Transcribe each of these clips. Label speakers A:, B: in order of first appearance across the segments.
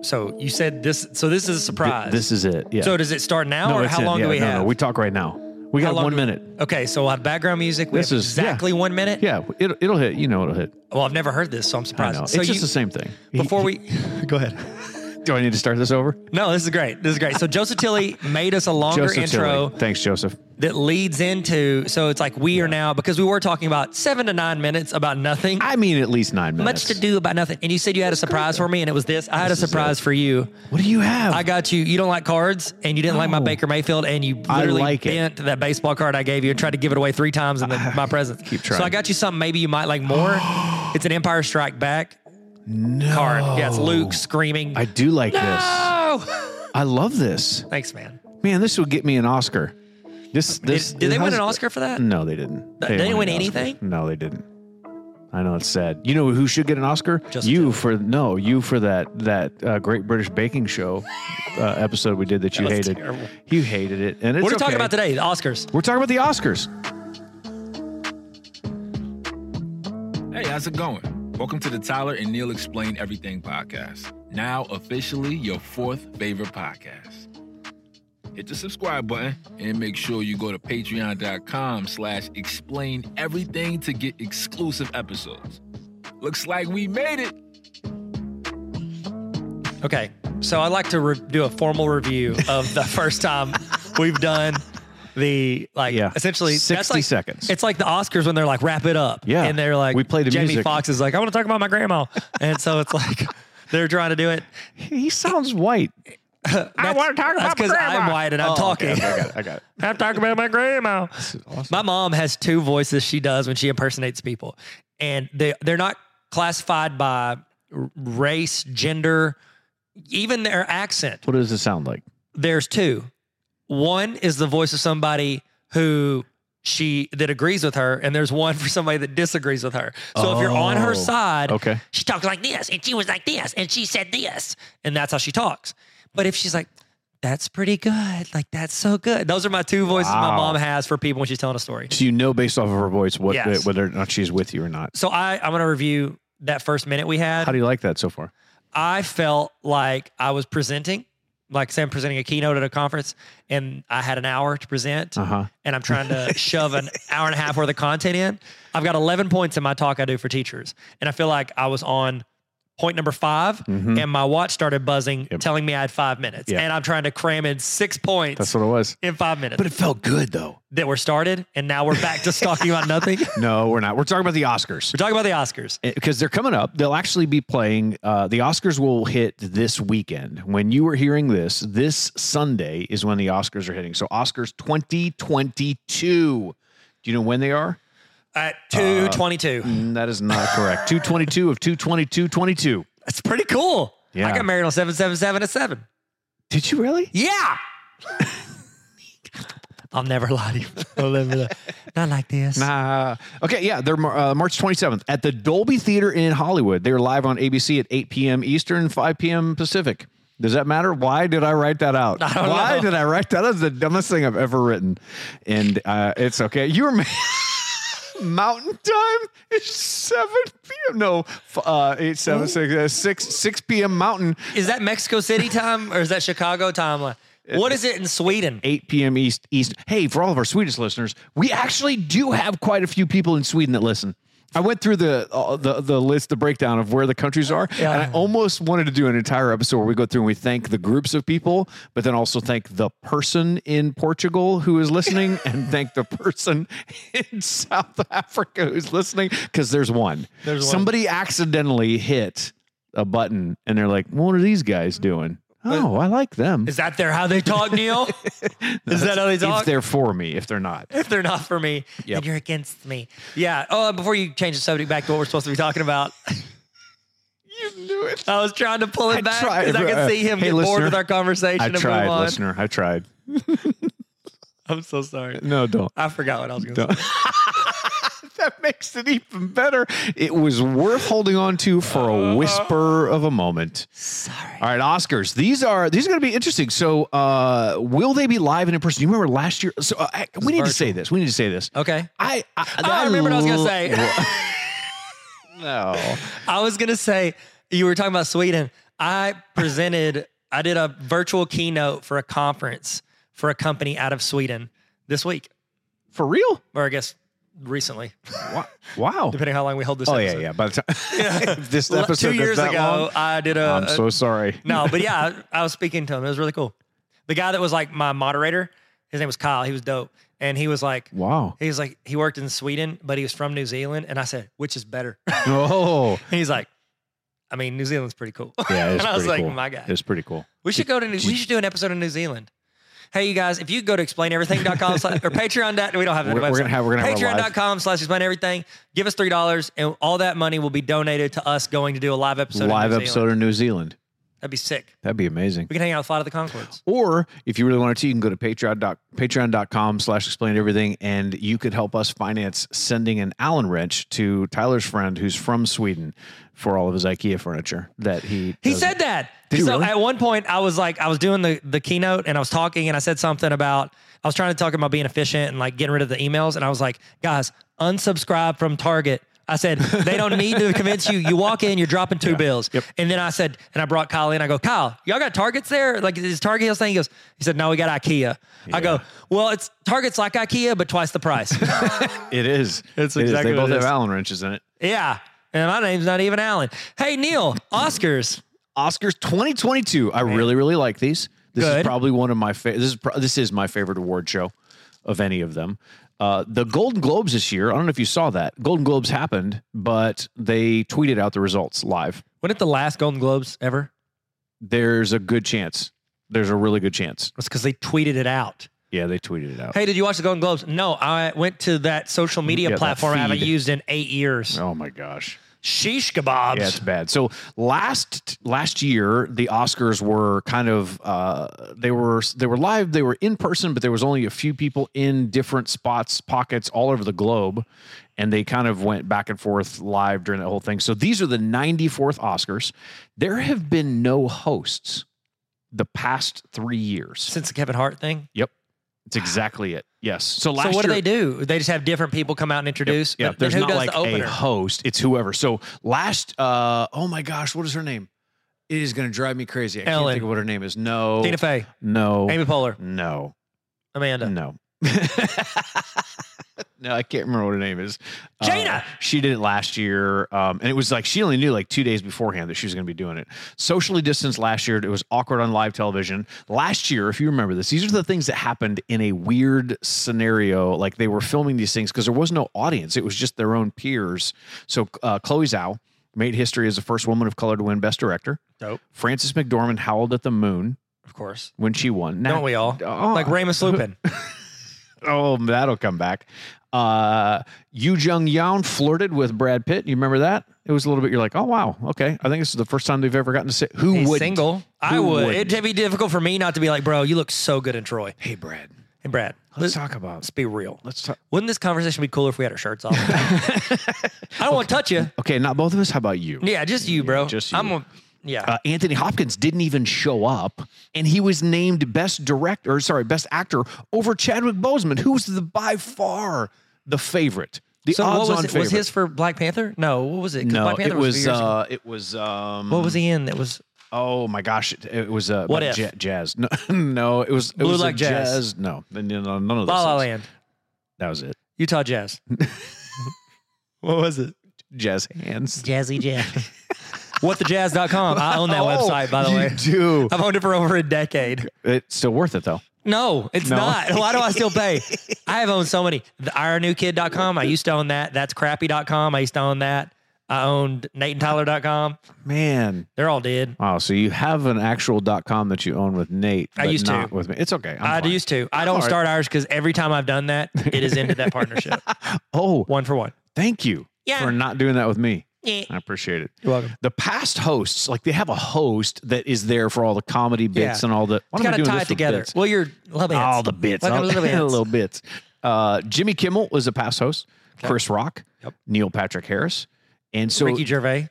A: So you said this. So this is a surprise.
B: This is it. Yeah.
A: So does it start now,
B: No,
A: or
B: it's
A: how
B: it.
A: long
B: Yeah,
A: do we
B: no,
A: have?
B: No, we talk right now. We
A: How
B: got
A: long
B: one
A: do we-
B: minute.
A: okay, so we'll have background music. We
B: This
A: have
B: is- yeah.
A: exactly one minute.
B: Yeah, it'll, it'll hit. You know, it'll hit.
A: Well, I've never heard this, so I'm
B: I
A: surprised.
B: know.
A: So
B: it's just
A: you-
B: the same thing.
A: before we go ahead.
B: do, I need to start this over.
A: No, this is great. This is great. So Joseph Tilly made us a longer
B: Joseph
A: intro
B: Tilly. Thanks, Joseph.
A: that leads into. So it's like we are now because we were talking about seven to nine minutes about nothing,
B: I mean, at least nine
A: much
B: minutes.
A: to do about nothing. And you said you had a surprise for me, and it was this. I had
B: This
A: a
B: is
A: surprise for you.
B: What do you have?
A: I got you. You don't like cards, and you didn't like my
B: No.
A: Baker Mayfield, and you
B: I
A: literally
B: like it.
A: bent that baseball card I gave you and tried to give it away three times in the, my presence.
B: Keep trying.
A: So I got you something maybe you might like more. it's an Empire Strike Back
B: no.
A: card. Yeah, it's Luke screaming.
B: I do like this.
A: no!
B: I love this.
A: Thanks, man.
B: Man, this would get me an Oscar. This, this.
A: did they win
B: how's-
A: an Oscar for that?
B: No, they didn't.
A: They didn't win
B: an Oscar.
A: anything?
B: No, they didn't. I know it's sad. You know who should get an Oscar?
A: Justin
B: you for no, you for that that uh, Great British Baking Show uh, episode we did that you
A: was
B: hated.
A: terrible.
B: You hated it, and it's
A: What are we
B: okay.
A: talking about today? The Oscars.
B: We're talking about the Oscars.
C: Hey, how's it going? Welcome to the Tyler and Neil Explain Everything podcast. Now, officially your fourth favorite podcast. Hit the subscribe button and make sure you go to patreon.com slash explain everything to get exclusive episodes. Looks like we made it.
A: Okay, so I'd like to re- do a formal review of the first time we've done the like
B: Yeah.
A: essentially that's
B: 60
A: like-
B: seconds.
A: It's like the Oscars when they're like wrap it up.
B: Yeah.
A: and they're like
B: We play the
A: Jamie
B: music.
A: Foxx is like I want to talk about my grandma, and so it's like they're trying to do it.
B: He sounds white.
A: I
B: wanna talk about
A: because
B: my grandma.
A: I'm white and I'm talking.
B: I got it. I got it.
A: I'm talking about my grandma. My mom has two voices she does when she impersonates people, and they they're not classified by r- race, gender, even their accent.
B: What does it sound like?
A: There's two. One is the voice of somebody who she that agrees with her, and there's one for somebody that disagrees with her. So if you're on
B: Oh,
A: her side,
B: okay.
A: she talks like this, and she was like this, and she said this, and that's how she talks. But if she's like, that's pretty good, like that's so good. Those are my two voices my
B: Wow.
A: mom has for people when she's telling a story.
B: So you know based off of her voice what
A: Yes.
B: whether or not she's with you or not.
A: So I I'm gonna review that first minute we had.
B: How do you like that so far?
A: I felt like I was presenting, like say I'm presenting a keynote at a conference, and I had an hour to present,
B: Uh huh.
A: and I'm trying to shove an hour and a half worth of content in. I've got 11 points in my talk I do for teachers, and I feel like I was on point number 5
B: Mhm.
A: and my watch started buzzing,
B: Yep.
A: telling me I had five minutes,
B: Yeah.
A: and I'm trying to cram in six points
B: That's what it was.
A: in five minutes
B: it felt good though.
A: that were started, and now we're back to talking about nothing. We're
B: No, we're not. We're talking about the Oscars.
A: talking about the Oscars.
B: because they're coming up. They'll actually be playing. Uh, the Oscars will hit this weekend. When you are hearing this, this Sunday is when the Oscars are hitting. So Oscars 2022. Do you know when they are? Uh,
A: At 2:22,
B: Mm, That is not correct. 222 of 222 22.
A: that's pretty cool. I
B: Yeah.
A: got married on 777 at seven.
B: Did you really?
A: Yeah. I'll never lie to you. I'll never lie. Not like this.
B: Nah. Okay, yeah, they're uh, March 27th at the Dolby Theater in Hollywood. They're live on ABC at 8 p.m. Eastern, 5 p.m. Pacific. Does that matter? Why did I write that out?
A: I don't
B: Why
A: know.
B: did I write that? That's the dumbest thing I've ever written, and uh, it's okay. You were. Mountain time is seven p.m. No, f- uh, eight, seven, six, uh, six, six p.m. Mountain,
A: Is that Mexico City time or is that Chicago time? Like, What is it in Sweden?
B: eight p.m. East. East. Hey, for all of our Swedish listeners, we actually do have quite a few people in Sweden that listen. I went through the uh, the the list, the breakdown of where the countries are,
A: Yeah.
B: and I almost wanted to do an entire episode where we go through and we thank the groups of people, but then also thank the person in Portugal who is listening, and thank the person in South Africa who's listening, because there's one.
A: There's one.
B: Somebody accidentally hit a button, and they're like, "What are these guys doing?" Oh, I like them.
A: Is that their how they talk, Neil? is that how they talk?
B: If they're for me, if they're not.
A: If they're not for me, then
B: Yep.
A: you're against me. Yeah. Oh, and before you change the subject back to what we're supposed to be talking about,
B: You knew it.
A: I was trying to pull it
B: I
A: back
B: tried,
A: because I
B: uh,
A: could see him
B: hey,
A: get bored
B: listener.
A: with our conversation
B: I
A: and
B: tried,
A: move on.
B: listener. I tried.
A: I'm so sorry.
B: No, don't.
A: I forgot what I was going to say.
B: Don't. that makes it even better. It was worth holding on to for
A: Uh-huh.
B: a whisper of a moment.
A: Sorry.
B: All right, Oscars. These are these are going to be interesting. So, uh, will they be live and in person? You remember last year? So, uh, we need to say this. We need to say this.
A: Okay.
B: I I,
A: Oh, I remembered what I was going to
B: l-
A: say.
B: No.
A: I was gonna say you were talking about Sweden. I presented, I did a virtual keynote for a conference for a company out of Sweden this week,
B: For real?
A: or I guess recently,
B: Wow. wow.
A: depending how long we hold this.
B: Oh yeah,
A: episode.
B: yeah. By the time if this
A: Well,
B: episode
A: Two
B: goes
A: years
B: that
A: ago,
B: long,
A: I did a,
B: I'm so sorry.
A: no, but yeah, I, I was speaking to him. It was really cool. The guy that was like my moderator, his name was Kyle. He was dope, and he was like,
B: Wow.
A: he was like, he worked in Sweden, but he was from New Zealand, and I said, which is better?
B: Oh,
A: And he's like, I mean, New Zealand's pretty cool.
B: yeah.
A: and
B: It's
A: I was
B: pretty
A: like,
B: cool.
A: my God.
B: It's pretty cool.
A: We should go to New, we should do an episode in New Zealand. Hey, you guys, if you go to explaineverything.com slash- or Patreon dot we don't have that
B: We're, we're
A: website.
B: gonna have we're gonna have a live.
A: Patreon.com slash explain everything. Give us three dollars, and all that money will be donated to us going to do a live episode. in New
B: live
A: Zealand.
B: episode in New Zealand.
A: That'd be sick.
B: That'd be amazing.
A: We can hang out with a lot of the Concords.
B: Or if you really wanted to, you can go to patreon doc- patreon.com slash explain everything and you could help us finance sending an Allen wrench to Tyler's friend who's from Sweden for all of his IKEA furniture that he
A: He
B: doesn't-
A: said that.
B: Did he
A: so
B: really?
A: at one point, I was like, I was doing the the keynote and I was talking and I said something about I was trying to talk about being efficient and like getting rid of the emails and I was like, guys, unsubscribe from Target. I said they don't need to convince you. You walk in, you're dropping two bills, and then I said, and I brought Kyle in. I go, Kyle, y'all got Targets there? Like is Target Hill's thing? He goes, he said, no, we got IKEA. I go, well, it's Target's like IKEA but twice the price.
B: it is.
A: That's
B: It is.
A: exactly
B: They
A: what
B: both
A: it
B: have
A: is.
B: Allen wrenches in it.
A: yeah, and my name's not even Alan. Hey Neil, Oscars.
B: Oscars 2022. I really, really like these. This
A: Good.
B: is probably one of my favorite. This is pro- this is my favorite award show of any of them. Uh, the Golden Globes this year. I don't know if you saw that. Golden Globes happened, but they tweeted out the results live.
A: Wasn't it the last Golden Globes ever?
B: There's a good chance. There's a really good chance.
A: It's because they tweeted it out.
B: Yeah, they tweeted it out.
A: Hey, did you watch the Golden Globes? No, I went to that social media
B: Yeah, that
A: platform I haven't
B: feed.
A: used in eight years.
B: Oh my gosh.
A: Sheesh kebabs.
B: Yeah, it's bad. So last last year, the Oscars were kind of uh, they were they were live, they were in person, but there was only a few people in different spots, pockets all over the globe, and they kind of went back and forth live during that whole thing. So these are the 94th Oscars. There have been no hosts the past three years.
A: Since the Kevin Hart thing.
B: Yep, it's exactly it. Yes. So last
A: So what do
B: year,
A: they do? They just have different people come out and introduce.
B: yeah,
A: But then
B: there's
A: who
B: not
A: does
B: like
A: the opener?
B: a host. It's whoever. So last, uh, oh my gosh, what is her name? It is going to drive me crazy. I
A: Ellen.
B: can't think of what her name is. No,
A: Tina Fey,
B: no,
A: Amy Poehler,
B: no,
A: Amanda.
B: no. no, I can't remember what her name is. Uh,
A: Jaina!
B: she did it last year, um, and it was like she only knew like two days beforehand that she was going to be doing it. Socially distanced last year. It was awkward on live television last year. If you remember this, these are the things that happened in a weird scenario. Like they were filming these things because there was no audience. It was just their own peers. So uh, Chloe Zhao made history as the first woman of color to win Best Director.
A: Dope.
B: Frances McDormand howled at the moon
A: Of course.
B: when she won.
A: Don't we all?
B: Oh,
A: Like Ramus Lupin.
B: Oh, that'll come back. Uh, Yu Jung Yeon flirted with Brad Pitt. You remember that? It was a little bit. You're like, oh wow, okay. I think this is the first time they've ever gotten to say who
A: He's
B: would
A: single. I would.
B: wouldn't?
A: It'd be difficult for me not to be like, bro, you look so good in Troy.
B: Hey, Brad.
A: And Brad,
B: Let's
A: let's,
B: talk about.
A: let's be real.
B: Let's talk.
A: Wouldn't this conversation be cooler if we had our shirts off? I don't want to touch you.
B: Okay, not both of us. How about you?
A: Yeah, just you, bro.
B: just you.
A: I'm a, yeah.
B: Uh, Anthony Hopkins didn't even show up, and he was named best director, or sorry, best actor over Chadwick Boseman, who was the by far the favorite. The
A: so what
B: odds-on
A: was it?
B: favorite.
A: Was his for Black Panther? No, what was it? 'Cause
B: No,
A: Black Panther
B: it
A: a
B: was.
A: few years ago.
B: Uh, it was. Um,
A: what was he in? That was
B: Oh my gosh, it, it was uh,
A: What If?
B: about ja- jazz. No, no, it was it
A: Blue
B: was a
A: Like Jazz.
B: No, no, no, none of those.
A: La La
B: things.
A: Land,
B: That was it.
A: Utah Jazz. what was it?
B: Jazz hands.
A: Jazzy Jazz. WhatTheJazz.com. I own that
B: Oh,
A: website, by the way.
B: You do.
A: I've owned it for over a decade.
B: It's still worth it though.
A: No, it's
B: No.
A: not. Why do I still pay? I have owned so many. The IronNewKid.com. I used to own that. That's Crappy.com. I used to own that. I owned NateandTyler.com.
B: Man.
A: They're all dead.
B: Wow. So you have an actual dot com that you own with Nate.
A: I
B: but
A: used to.
B: not with me. It's okay. I'm
A: i
B: fine.
A: used to. I don't
B: All right.
A: start ours because every time I've done that, it has ended that partnership.
B: Oh,
A: One for one.
B: thank you
A: Yeah.
B: for not doing that with me.
A: Yeah.
B: I appreciate it.
A: You're welcome.
B: The past hosts, like they have a host that is there for all the comedy bits
A: Yeah.
B: and all the.
A: It's
B: What am I
A: gotta
B: doing
A: tie
B: this
A: it
B: for
A: together.
B: bits?
A: Well, you're love ants.
B: All the bits.
A: Like a
B: all
A: little bit.
B: little bits. Uh, Jimmy Kimmel was a past host. Chris Rock.
A: Yep.
B: Neil Patrick Harris. And so
A: Ricky Gervais.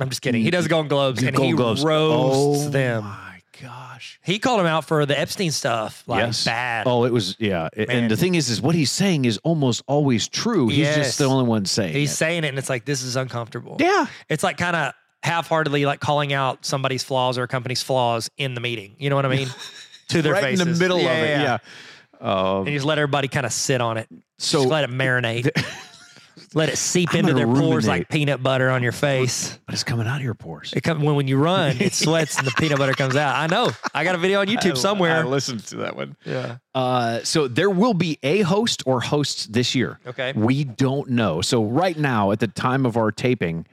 A: I'm just kidding. He does Golden Globes and
B: Gold
A: he
B: Globes.
A: roasts
B: oh,
A: them.
B: my gosh.
A: He called him out for the Epstein stuff. Like
B: yes.
A: bad.
B: Oh, it was yeah. A-
A: Man.
B: And the thing is, is what he's saying is almost always true. He's
A: Yes.
B: just the only one saying
A: He's
B: it.
A: saying it and it's like this is uncomfortable.
B: yeah.
A: It's like kind of half-heartedly like calling out somebody's flaws or a company's flaws in the meeting. You know what I mean? to their
B: right
A: faces.
B: in the middle
A: Yeah,
B: of it.
A: yeah,
B: Yeah. Um,
A: And you just let everybody kind of sit on it.
B: So-
A: just let it marinate. let it seep into
B: gonna
A: their pores like
B: ruminate.
A: peanut butter on your face.
B: but it's coming out of your pores.
A: It come, when, when you run, it sweats and the peanut butter comes out. I know. I got a video on YouTube
B: I
A: somewhere.
B: listened to that one.
A: yeah.
B: Uh, so there will be a host or hosts this year.
A: Okay.
B: We don't know. So right now, at the time of our taping,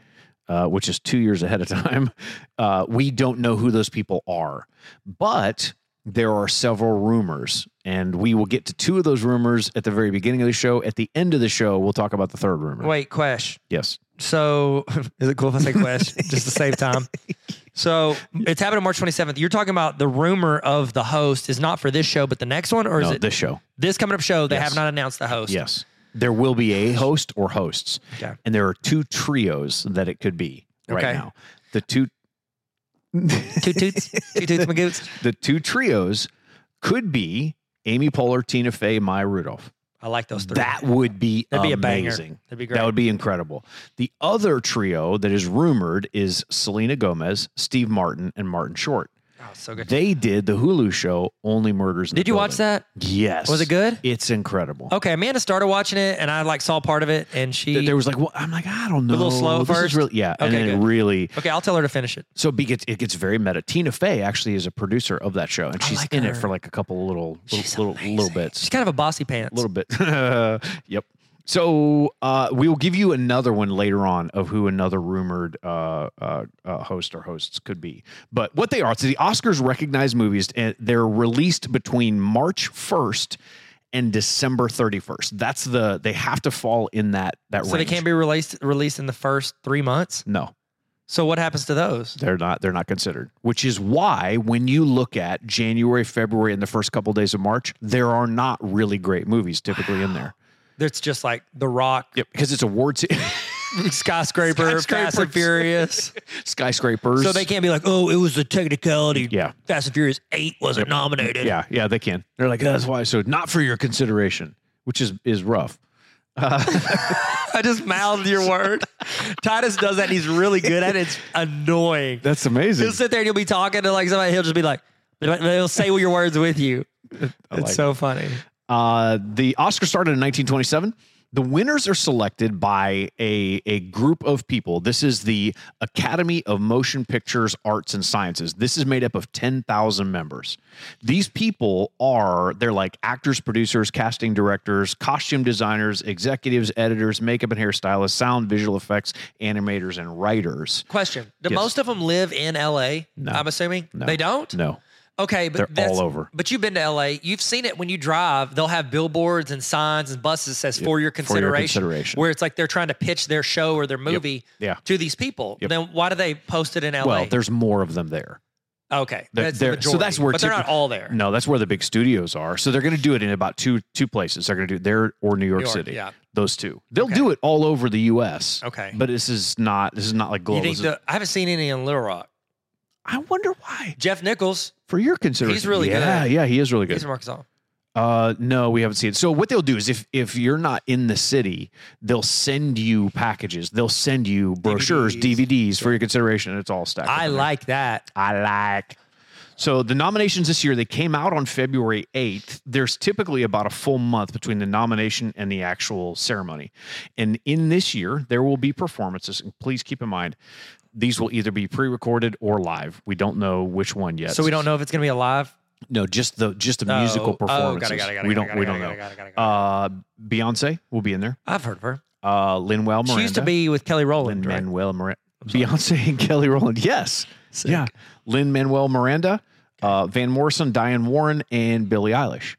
B: uh, which is two years ahead of time, uh, we don't know who those people are. But there are several rumors, and we will get to two of those rumors at the very beginning of the show. At the end of the show, we'll talk about the third rumor.
A: Wait, Quesh.
B: Yes.
A: So is it cool if I say Quesh just to save time? So it's happening March 27th. You're talking about the rumor of the host is not for this show, but the next one, or is
B: No,
A: it
B: this show?
A: this coming up show? They
B: Yes.
A: have not announced the host.
B: Yes. There will be a host or hosts.
A: Okay.
B: And there are two trios that it could be right
A: Okay.
B: now. The two
A: Two toots, two toots, my goots.
B: the two trios could be Amy Poehler, Tina Fey, Maya Rudolph.
A: I like those three.
B: That would be
A: That'd be a banger.
B: amazing.
A: That'd be great.
B: That would be incredible. The other trio that is rumored is Selena Gomez, Steve Martin, and Martin Short.
A: oh, so good.
B: They did the Hulu show Only Murders in
A: Did
B: the
A: you watch
B: Building.
A: that?
B: Yes.
A: Was it good? Oh,
B: It's incredible.
A: Okay, Amanda started watching it, and I like saw part of it, and she.
B: Th- There was like, well, I'm like, I don't know.
A: little slow
B: This is
A: first?
B: really- yeah. and
A: Okay,
B: then it
A: good.
B: really,
A: okay, I'll tell her to finish it.
B: So be- gets- it gets very meta. Tina Fey actually is a producer of that show, and
A: I
B: she's
A: like
B: in
A: her.
B: it for like a couple of little
A: She's
B: little little, little
A: amazing.
B: bits,
A: She's kind of a bossy pants.
B: little bit. yep. So uh, we will give you another one later on of who another rumored uh, uh, uh, host or hosts could be. But what they are, so the Oscars recognize movies, and they're released between March first and December thirty first. That's the they have to fall in that that
A: so
B: range.
A: they can't be released released in the first three months.
B: no.
A: So what happens to those?
B: They're not they're not considered, which is why when you look at January, February, and the first couple days of March, there are not really great movies typically in there.
A: It's just like The Rock,
B: Yep, because it's award se-
A: skyscraper, Fast
B: Skyscraper.
A: and Furious.
B: skyscrapers.
A: so they can't be like, oh, it was the technicality.
B: Yeah.
A: Fast and Furious Eight wasn't nominated.
B: yeah, yeah, they can. They're like that's why. So not for your consideration, which is is rough.
A: I just mouthed your word. Titus does that. And he's really good at it. It's annoying.
B: That's amazing.
A: He'll sit there and you'll be talking to like somebody. He'll just be like, they'll say your words with you. It's
B: like
A: so funny.
B: Uh, the Oscar started in 1927. The winners are selected by a, a group of people. This is the Academy of Motion Pictures Arts and Sciences. This is made up of 10,000 members. These people are, they're like actors, producers, casting directors, costume designers, executives, editors, makeup and hairstylists, sound, visual effects, animators, and writers.
A: Question: Do
B: Yes.
A: most of them live in L.A.?
B: No.
A: I'm assuming
B: No.
A: they don't.
B: No,
A: Okay, but
B: They're
A: that's-
B: all over.
A: But you've been to L.A. You've seen it when you drive. They'll have billboards and signs and buses that says for your consideration.
B: consideration.
A: Where it's like they're trying to pitch their show or their movie
B: Yeah.
A: to these people. Then why do they post it in L.A.?
B: well, there's more of them there.
A: okay,
B: They're-
A: that's the
B: they're- so
A: majority.
B: that's where
A: But they're not
B: typically-
A: all there.
B: No, that's where the big studios are. So they're going to do it in about two two places. They're going to do it there or New York,
A: York,
B: City.
A: yeah.
B: Those two. They'll do it all over the U.S.
A: Okay.
B: But this is not this is not like
A: You
B: global.
A: think
B: This is-
A: the, I haven't seen any in Little Rock.
B: I wonder why.
A: Jeff Nichols,
B: For your consideration,
A: really
B: yeah,
A: good.
B: yeah, he is really good.
A: he's in Arkansas.
B: Uh, no, we haven't seen it. So what they'll do is if if you're not in the city, they'll send you packages. They'll send you brochures,
A: DVDs.
B: DVDs, for your consideration. and It's all stacked.
A: I
B: up in there.
A: like that.
B: I like. So the nominations this year, they came out on February 8th. There's typically about a full month between the nomination and the actual ceremony. And in this year, there will be performances. And please keep in mind, these will either be pre-recorded or live. We don't know which one yet.
A: So we don't know if it's gonna be alive.
B: No, just the just the
A: Oh,
B: musical
A: oh, got it,
B: performances.
A: got it, got it,
B: we
A: got
B: don't
A: it, got it,
B: we
A: got
B: don't
A: it,
B: know.
A: got it, got it,
B: Uh Beyonce will be in there.
A: I've heard of her.
B: Uh Linwell Miranda.
A: She used to be with Kelly Rowland.
B: Lin
A: right?
B: Manuel Miranda. Beyonce and Kelly Rowland. Yes. Yeah. Lin Manuel Miranda, uh, Van Morrison, Diane Warren, and Billie Eilish.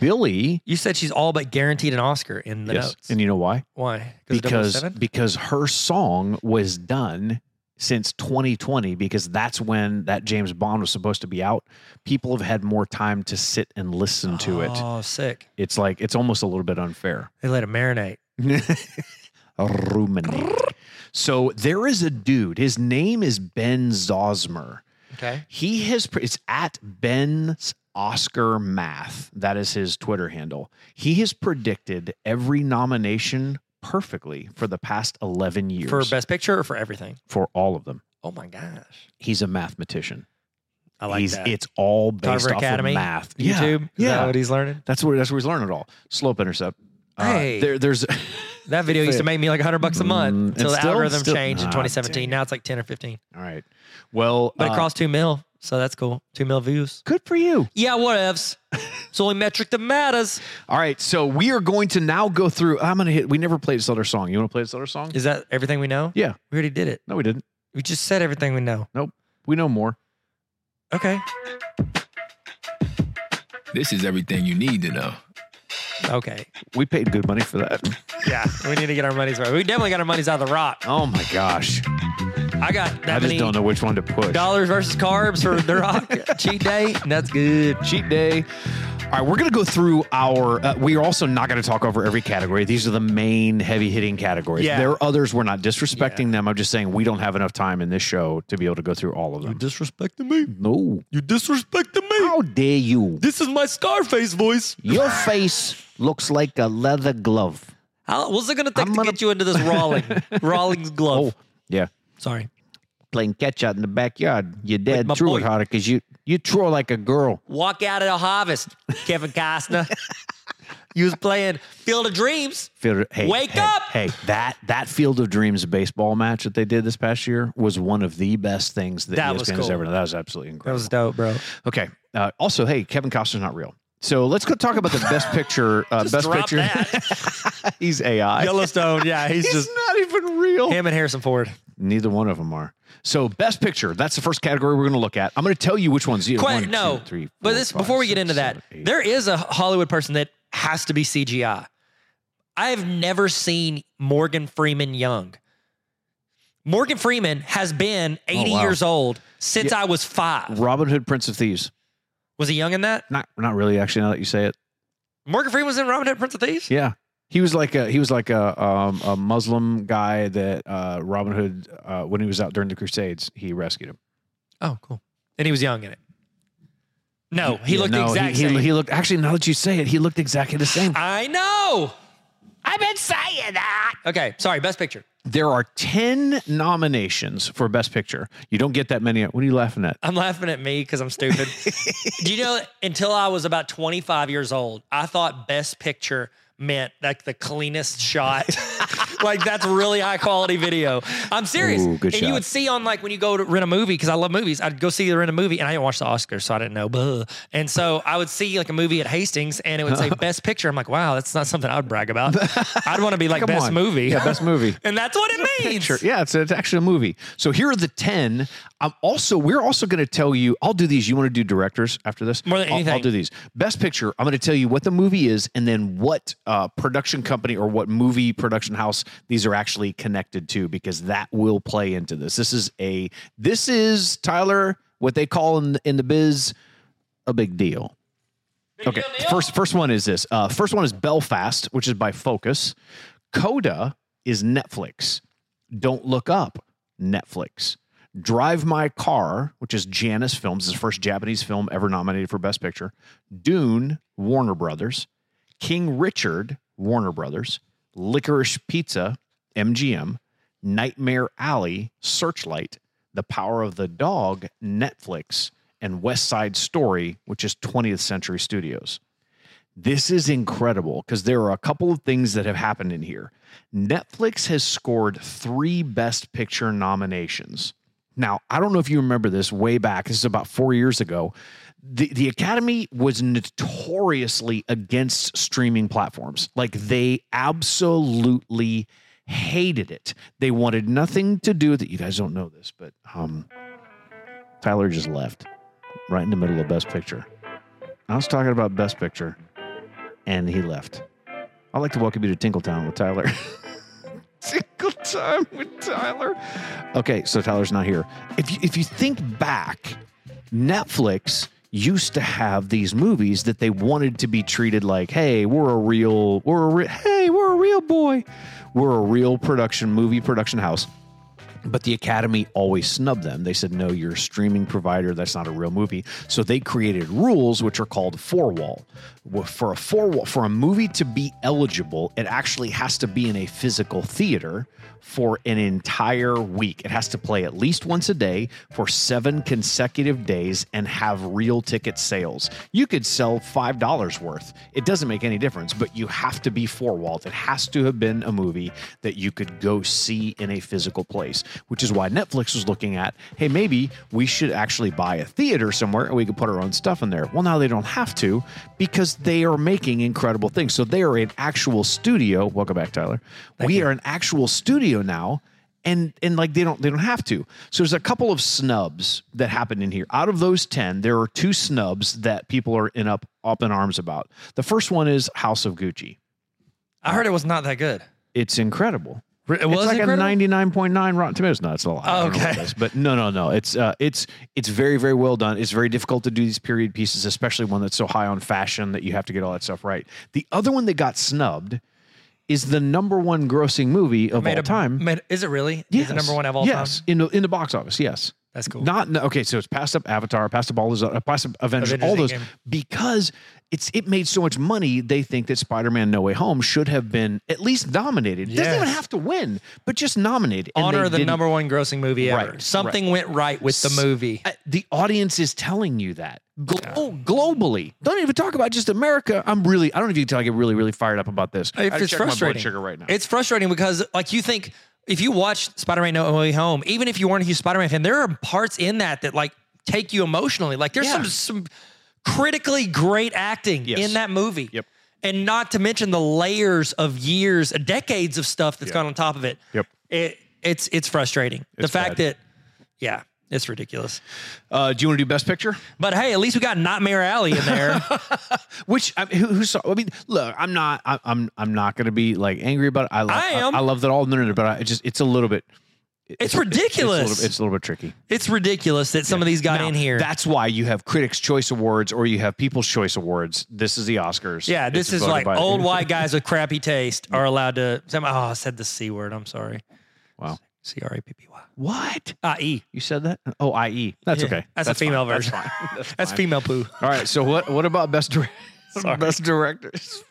B: Billie.
A: You said she's all but guaranteed an Oscar in the
B: Yes.
A: notes.
B: And you know why?
A: Why? of
B: Because
A: 007?
B: because her song was done since 2020 because that's when that James Bond was supposed to be out. People have had more time to sit and listen to it.
A: Oh, sick!
B: It's like it's almost a little bit unfair.
A: They let it marinate.
B: ruminate. So there is a dude. His name is Ben Zosmer.
A: Okay.
B: He has pr- it's at Ben's Oscar Math. That is his Twitter handle. He has predicted every nomination perfectly for the past 11 years
A: for Best Picture or for everything?
B: for all of them.
A: Oh my gosh,
B: He's a mathematician.
A: I like
B: he's,
A: that.
B: It's all based
A: Carver
B: off
A: Academy?
B: of math.
A: YouTube. Is
B: Yeah.
A: that
B: yeah.
A: what he's learning?
B: That's where that's where he's learning it all. Slope intercept. Uh,
A: Hey.
B: there, there's
A: That video used to make me like 100 bucks a month
B: Mm,
A: until
B: and
A: the
B: still-
A: algorithm
B: still-
A: changed in
B: Ah,
A: 2017.
B: dang.
A: Now it's like 10 or 15,
B: all right. Well,
A: but
B: uh,
A: it crossed two mil, so that's cool. Two mil views.
B: good for you.
A: Yeah, whatevs. it's only metric that matters.
B: All right, so we are going to now go through. I'm gonna hit. We never played this other song. You want to play this other song?
A: Is that everything we know?
B: Yeah.
A: we already did it.
B: No, we didn't.
A: We just said everything we know.
B: We know more.
A: Okay,
C: This is everything you need to know.
A: okay.
B: We paid good money for that.
A: Yeah, we need to get our money's right. We definitely got our money's out of the rock.
B: Oh my gosh,
A: I got that
B: I just
A: many
B: don't know which one to push.
A: dollars versus carbs for the rock cheat day, and that's good.
B: cheat day. All right, we're going to go through our. Uh, we are also not going to talk over every category. These are the main heavy hitting categories.
A: Yeah.
B: There are others. We're not disrespecting them. I'm just saying we don't have enough time in this show to be able to go through all of them.
A: disrespecting me.
B: No.
A: You disrespecting me.
B: How dare you?
A: This is my Scarface voice.
B: Your face looks like a leather glove.
A: How, what's it going to take
B: I'm
A: to
B: gonna-
A: get you into this Rawling? Rawling's glove.
B: Oh, Yeah.
A: Sorry.
B: Playing catch out in the backyard. Your dad
A: my
B: threw it
A: boy.
B: harder because you, you throw like a girl.
A: Walk out of the harvest, Kevin Costner. you was playing Field of Dreams.
B: Field- hey,
A: Wake
B: hey,
A: up!
B: Hey, that that Field of Dreams baseball match that they did this past year was one of the best things that, E
A: That
B: ESPN
A: was
B: has
A: cool.
B: ever done. That was absolutely
A: That
B: incredible.
A: was dope, bro.
B: okay. Uh, also, hey, Kevin Costner's not real. So let's go talk about the best picture. Uh,
A: Just
B: best
A: drop
B: picture.
A: that.
B: He's AI.
A: Yellowstone. Yeah, he's,
B: He's
A: just
B: not even real.
A: him and Harrison Ford.
B: Neither one of them are. So best picture. That's the first category we're going to look at. I'm going to tell you which ones. You know,
A: Quite,
B: one,
A: no,
B: two, three,
A: but
B: four,
A: this
B: five,
A: before we get
B: six,
A: into that,
B: seven, eight.
A: there is a Hollywood person that has to be CGI. I have never seen Morgan Freeman young. Morgan Freeman has been 80
B: Oh, wow.
A: years old since I was five.
B: Robin Hood, Prince of Thieves.
A: Was he young in that?
B: Not not really actually. Now that you say it,
A: Morgan Freeman was in Robin Hood Prince of Thieves?
B: Yeah. He was like a he was like a um, a Muslim guy that uh, Robin Hood uh, when he was out during the Crusades he rescued him.
A: Oh, cool. And he was young in it. No, he
B: Yeah,
A: looked
B: no,
A: the exact
B: he,
A: same.
B: He, he looked actually now that you say it he looked exactly the same.
A: I know. I've been saying that. Okay, sorry, best picture.
B: There are ten nominations for Best Picture. You don't get that many. What are you laughing at?
A: I'm laughing at me because I'm stupid. Do you know, until I was about 25 years old, I thought best picture meant like the cleanest shot. like that's really high quality video. I'm serious.
B: Ooh, good
A: and
B: shot.
A: you would see on like when you go to rent a movie, because I love movies, I'd go see the rent a movie and I didn't watch the Oscars, so I didn't know. Buh. And so I would see like a movie at Hastings and it would say best picture. I'm like, wow, that's not something I'd brag about. I'd want to be like
B: Come
A: best
B: on.
A: movie.
B: Yeah, best movie.
A: and that's what it means.
B: Sure. Yeah, it's, it's actually a movie. So here are the ten. I'm also we're also going to tell you. I'll do these. You want to do directors after this?
A: More than
B: I'll- I'll,
A: anything.
B: do these. Best picture. I'm going to tell you what the movie is, and then what uh, production company or what movie production house these are actually connected to, because that will play into this. This is a this is Tyler what they call in in the biz a big deal. Okay. First first one is this. Uh, first one is Belfast, which is by Focus. Coda is Netflix. Don't Look Up, Netflix. Drive My Car, which is Janus Films, is the first Japanese film ever nominated for Best Picture. Dune, Warner Brothers. King Richard, Warner Brothers. Licorice Pizza, MGM. Nightmare Alley, Searchlight. The Power of the Dog, Netflix. And West Side Story, which is 20th Century Studios this is incredible because there are a couple of things that have happened in here. Netflix has scored three Best Picture nominations. Now, I don't know if you remember this way back, this is about four years ago. The, the Academy was notoriously against streaming platforms. Like they absolutely hated it. They wanted nothing to do with it. You guys don't know this, but um, Tyler just left right in the middle of Best Picture. I was talking about Best Picture, and he left. I'd like to welcome you to Tinkle Town with Tyler. Tinkle Time with Tyler. Okay, so Tyler's not here. If you, if you think back, Netflix used to have these movies that they wanted to be treated like, hey, we're a real, we're a re- hey, we're a real boy, we're a real production movie production house But the Academy always snubbed them. They said, no, you're a streaming provider. That's not a real movie. So they created rules which are called four wall. Well, For a four wall, for a movie to be eligible, it actually has to be in a physical theater for an entire week. It has to play at least once a day for seven consecutive days and have real ticket sales. You could sell $5 worth. It doesn't make any difference, but you have to be four walled. It has to have been a movie that you could go see in a physical place, which is why Netflix was looking at hey, maybe we should actually buy a theater somewhere and we could put our own stuff in there. Well, now they don't have to because they are making incredible things. So they are an actual studio. Welcome back, Tyler. we are an actual studio now and and like they don't they don't have to. So there's a couple of snubs that happened in here. Out of those 10, there are two snubs that people are in up up in arms about. The first one is House of Gucci.
A: I heard it was not that good.
B: It's incredible.
A: Re- It was
B: it's like
A: incredible?
B: a ninety nine point nine Rotten Tomatoes. No, it's a lie. I don't know what
A: Okay.
B: it is, but no, no, no. It's uh, it's it's very very well done. It's very difficult to do these period pieces, especially one that's so high on fashion that you have to get all that stuff right. The other one that got snubbed is the number one grossing movie of
A: Made
B: all
A: a-
B: time.
A: made- is it really? Is it number one of all
B: yes.
A: time?
B: in the in the box office. Yes.
A: That's cool.
B: Not no, okay. So it's passed up Avatar, passed up all those, uh, passed up Avengers,
A: Avengers
B: all those
A: Endgame.
B: because it's it made so much money. They think that Spider-Man: No Way Home should have been at least nominated. Doesn't even
A: Yes.
B: have to win, but just nominated. and
A: Honor
B: they
A: the
B: didn't.
A: number one grossing movie ever.
B: Right,
A: Something went right with the
B: S-
A: movie.
B: Uh, The audience is telling you that. Glo- oh, globally, don't even talk about just America. I'm really, I don't know if you can tell. I get really, really fired up about this. I
A: If
B: had to
A: it's
B: check my blood
A: frustrating.
B: sugar right now.
A: It's frustrating because like you think if you watch Spider-Man No Way Home, even if you weren't a huge Spider-Man fan, there are parts in that that like take you emotionally. Like there's some
B: Yeah.
A: some critically great acting
B: Yes.
A: in that movie.
B: Yep.
A: And not to mention the layers of years, uh, decades of stuff that's gone on top of it.
B: Yep.
A: It it's it's frustrating. the
B: It's
A: fact
B: bad.
A: that yeah, it's ridiculous.
B: uh, do you want to do Best Picture?
A: But hey, at least we got Nightmare Alley in there.
B: Which I mean, who, who saw? I mean, look, I'm not, I, I'm, I'm not going to be like angry about it. I, love,
A: I am.
B: I, love that all. No, no, no, but I it just, it's a little bit.
A: It's
B: It's a
A: ridiculous.
B: little, it's a little bit tricky.
A: It's ridiculous that some of these got
B: Now,
A: in here.
B: That's why you have Critics' Choice Awards or you have People's Choice Awards. This is the Oscars.
A: Yeah,
B: It's
A: this is
B: voted
A: like
B: by-
A: old white guys with crappy taste are allowed to. some- Oh, I said the c word. I'm sorry.
B: Wow.
A: C R A P P Y.
B: What?
A: Ah, e.
B: You said that? Oh, IE. That's
A: Yeah,
B: okay.
A: That's, a female
B: fine.
A: version.
B: That's fine.
A: That's,
B: fine.
A: female poo.
B: All right. So what? What about best director?
A: Sorry.
B: Best directors.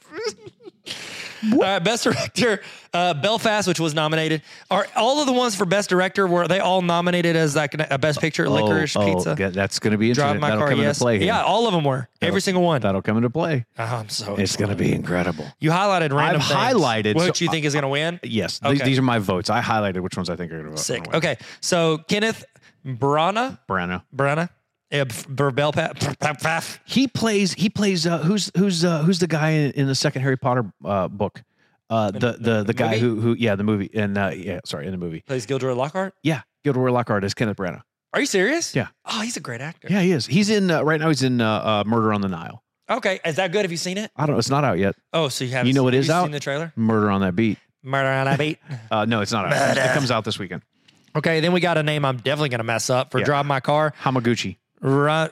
A: All right, best director, uh, Belfast, which was nominated. Are all of the ones for best director were they all nominated as like a best picture? licorice pizza.
B: yeah, that's going to be
A: Drive
B: interesting.
A: my
B: Oh, That'll
A: car.
B: come
A: Yes.
B: into play. here.
A: Yeah, all of them were. Every single one. Oh,
B: that'll come into play.
A: I'm so.
B: It's going to be incredible.
A: You highlighted random.
B: I've
A: things.
B: highlighted-
A: what
B: so
A: you think is going to win.
B: Yes,
A: Okay.
B: these, these are my votes. I highlighted which ones I think are going to vote.
A: Sick. Okay, so Kenneth Branagh.
B: Brano.
A: Brenna. Yeah, Belpat.
B: He plays. He plays. Uh, who's who's uh, who's the guy in, in the second Harry Potter uh, book? Uh, the the the
A: movie?
B: guy who who yeah the movie and uh, yeah sorry in the movie
A: Plays Gilderoy Lockhart.
B: yeah Gilderoy Lockhart is Kenneth Branagh.
A: Are you serious?
B: Yeah.
A: Oh, he's a great actor.
B: Yeah, he is. He's in uh, right now. He's in uh, uh, Murder on the Nile.
A: Okay. Is that good? Have you seen it?
B: I don't know. It's not out yet.
A: Oh, so you have.
B: You know it
A: have
B: is
A: you
B: out?
A: Seen the trailer?
B: Murder on that beat.
A: Murder on a beat.
B: Uh, no, it's not. out. It comes out this weekend.
A: okay. Then we got a name I'm definitely gonna mess up for
B: Yeah.
A: Drive My Car.
B: Hamaguchi.
A: Ra-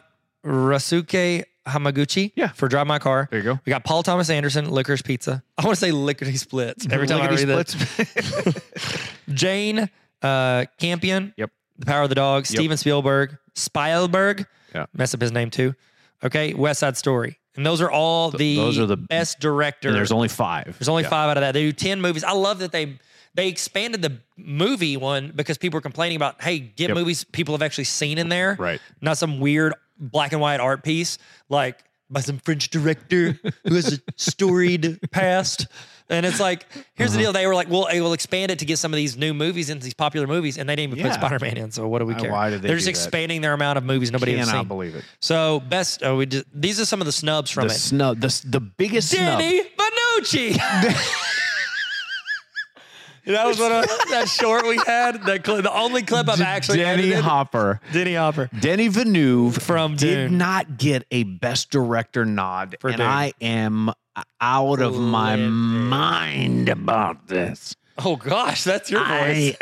A: Rasuke Hamaguchi.
B: Yeah.
A: For Drive My Car.
B: There you go.
A: We got Paul Thomas Anderson, Licorice Pizza. I want to say Lickety Splits every time I read
B: Lickety
A: that.
B: splits.
A: Jane uh, Campion.
B: Yep.
A: The Power of the Dog. Steven Spielberg. Spielberg.
B: Yeah.
A: Mess up his name too. Okay. West Side Story. And those are all the
B: those are the-
A: best director.
B: And there's only five.
A: There's only
B: Yeah.
A: five out of that. They do ten movies. I love that they they expanded the movie one because people were complaining about, hey, get
B: Yep.
A: movies people have actually seen in there,
B: Right.
A: Not some weird black and white art piece like by some French director who has a storied past. And it's like, here's
B: Uh-huh.
A: the deal. They were like, well, they will expand it to get some of these new movies into these popular movies, and they didn't even put
B: Yeah.
A: Spider Man in. So what do we
B: Uh,
A: care?
B: why did they
A: They're just
B: do that?
A: expanding their amount of movies nobody has
B: Cannot
A: seen.
B: believe it.
A: So best, oh, we just, these are some of the snubs from
B: The
A: it.
B: snub. The s- the biggest snub.
A: Danny Bonucci. that was one of that short we had. That clip, the only clip I've actually
B: Denny
A: edited.
B: Hopper.
A: Denny Hopper.
B: Denny Villeneuve
A: From
B: did
A: Dune.
B: not get a best director nod,
A: For
B: and
A: Dune.
B: I am out of my
A: Livid.
B: mind about this.
A: Oh gosh, that's your voice.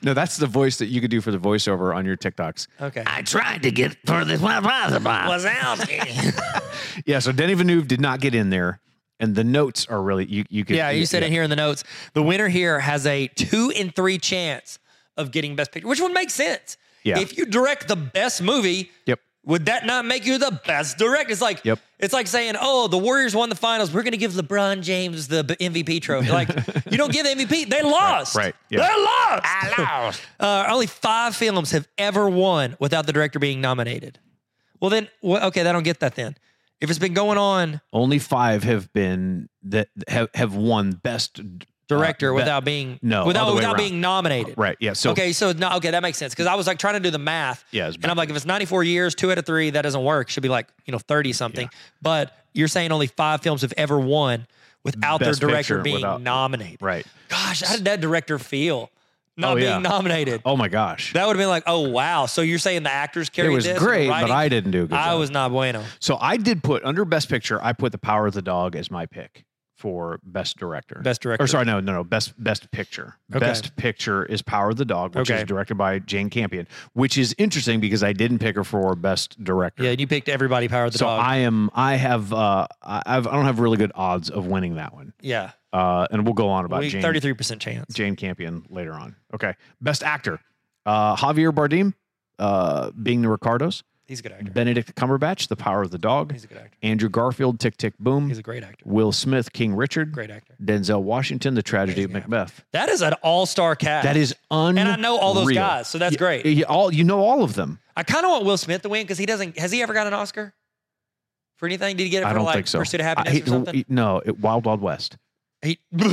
B: no, that's the voice that you could do for the voiceover on your TikToks.
A: Okay.
B: I tried to get for this. Blah, blah, blah.
A: Wazowski.
B: Yeah, so Denny Villeneuve did not get in there, and the notes are really you. You could,
A: yeah, you said it here in the notes. The winner here has a two in three chance of getting Best Picture, which would make sense.
B: Yeah.
A: If you direct the best movie,
B: Yep.
A: would that not make you the best direct? It's like
B: Yep.
A: it's like saying, "Oh, the Warriors won the finals. We're going to give LeBron James the b- MVP trophy." Like you don't give the MVP. They lost.
B: right, yeah.
A: They lost. I lost. uh, only five films have ever won without the director being nominated. Well, then, wh- okay, I don't get that. Then, if it's been going on,
B: Only five have been that have, have won best d-
A: director
B: uh, be-
A: without being
B: No, other
A: without
B: way
A: without
B: around.
A: being nominated.
B: right. Yeah. So
A: okay, so no, okay, that makes sense because I was like trying to do the math.
B: Yeah, it's
A: and I'm like, if it's 94 years, two out of three, that doesn't work. Should be like you know 30 something. But you're saying only five films have ever won without
B: Best
A: their director
B: picture,
A: being
B: without-
A: nominated.
B: right.
A: Gosh, how did that director feel not
B: Oh,
A: being
B: yeah.
A: nominated?
B: Oh my gosh,
A: That would have been like, oh wow. So you're saying the actors
B: it
A: carried
B: was
A: this and the
B: great, but
A: writing-
B: I didn't do a good.
A: I
B: job.
A: was not bueno.
B: so I did put under best picture. I put the Power of the Dog as my pick for best director.
A: Best director.
B: Or sorry, no, no, no. Best best picture.
A: Okay.
B: Best picture is Power of the Dog, which
A: Okay.
B: is directed by Jane Campion, which is interesting because I didn't pick her for best director.
A: Yeah, and you picked everybody. Power of the
B: so
A: dog.
B: I am. I have. Uh, I- I've. I don't have really good odds of winning that one.
A: yeah,
B: Uh, and we'll go on about
A: we
B: Jane.
A: 33 percent chance.
B: Jane Campion later on. Okay, best actor. Uh, Javier Bardem, uh, being the Ricardos.
A: He's a good actor.
B: Benedict Cumberbatch, The Power of the Dog.
A: He's a good actor.
B: Andrew Garfield, Tick Tick Boom.
A: He's a great actor.
B: Will Smith, King Richard.
A: Great actor.
B: Denzel Washington, The Tragedy of Macbeth.
A: That is an all-star cast.
B: That is un.
A: And I know all those guys, so that's great.
B: all you know all of them.
A: I kind of want Will Smith to win because he doesn't. Has he ever got an Oscar for anything? Did he get it
B: I
A: for
B: don't
A: like
B: think so.
A: Pursuit of
B: I-
A: Happiness or
B: he-
A: something?
B: he- no, it, Wild Wild West.
A: He-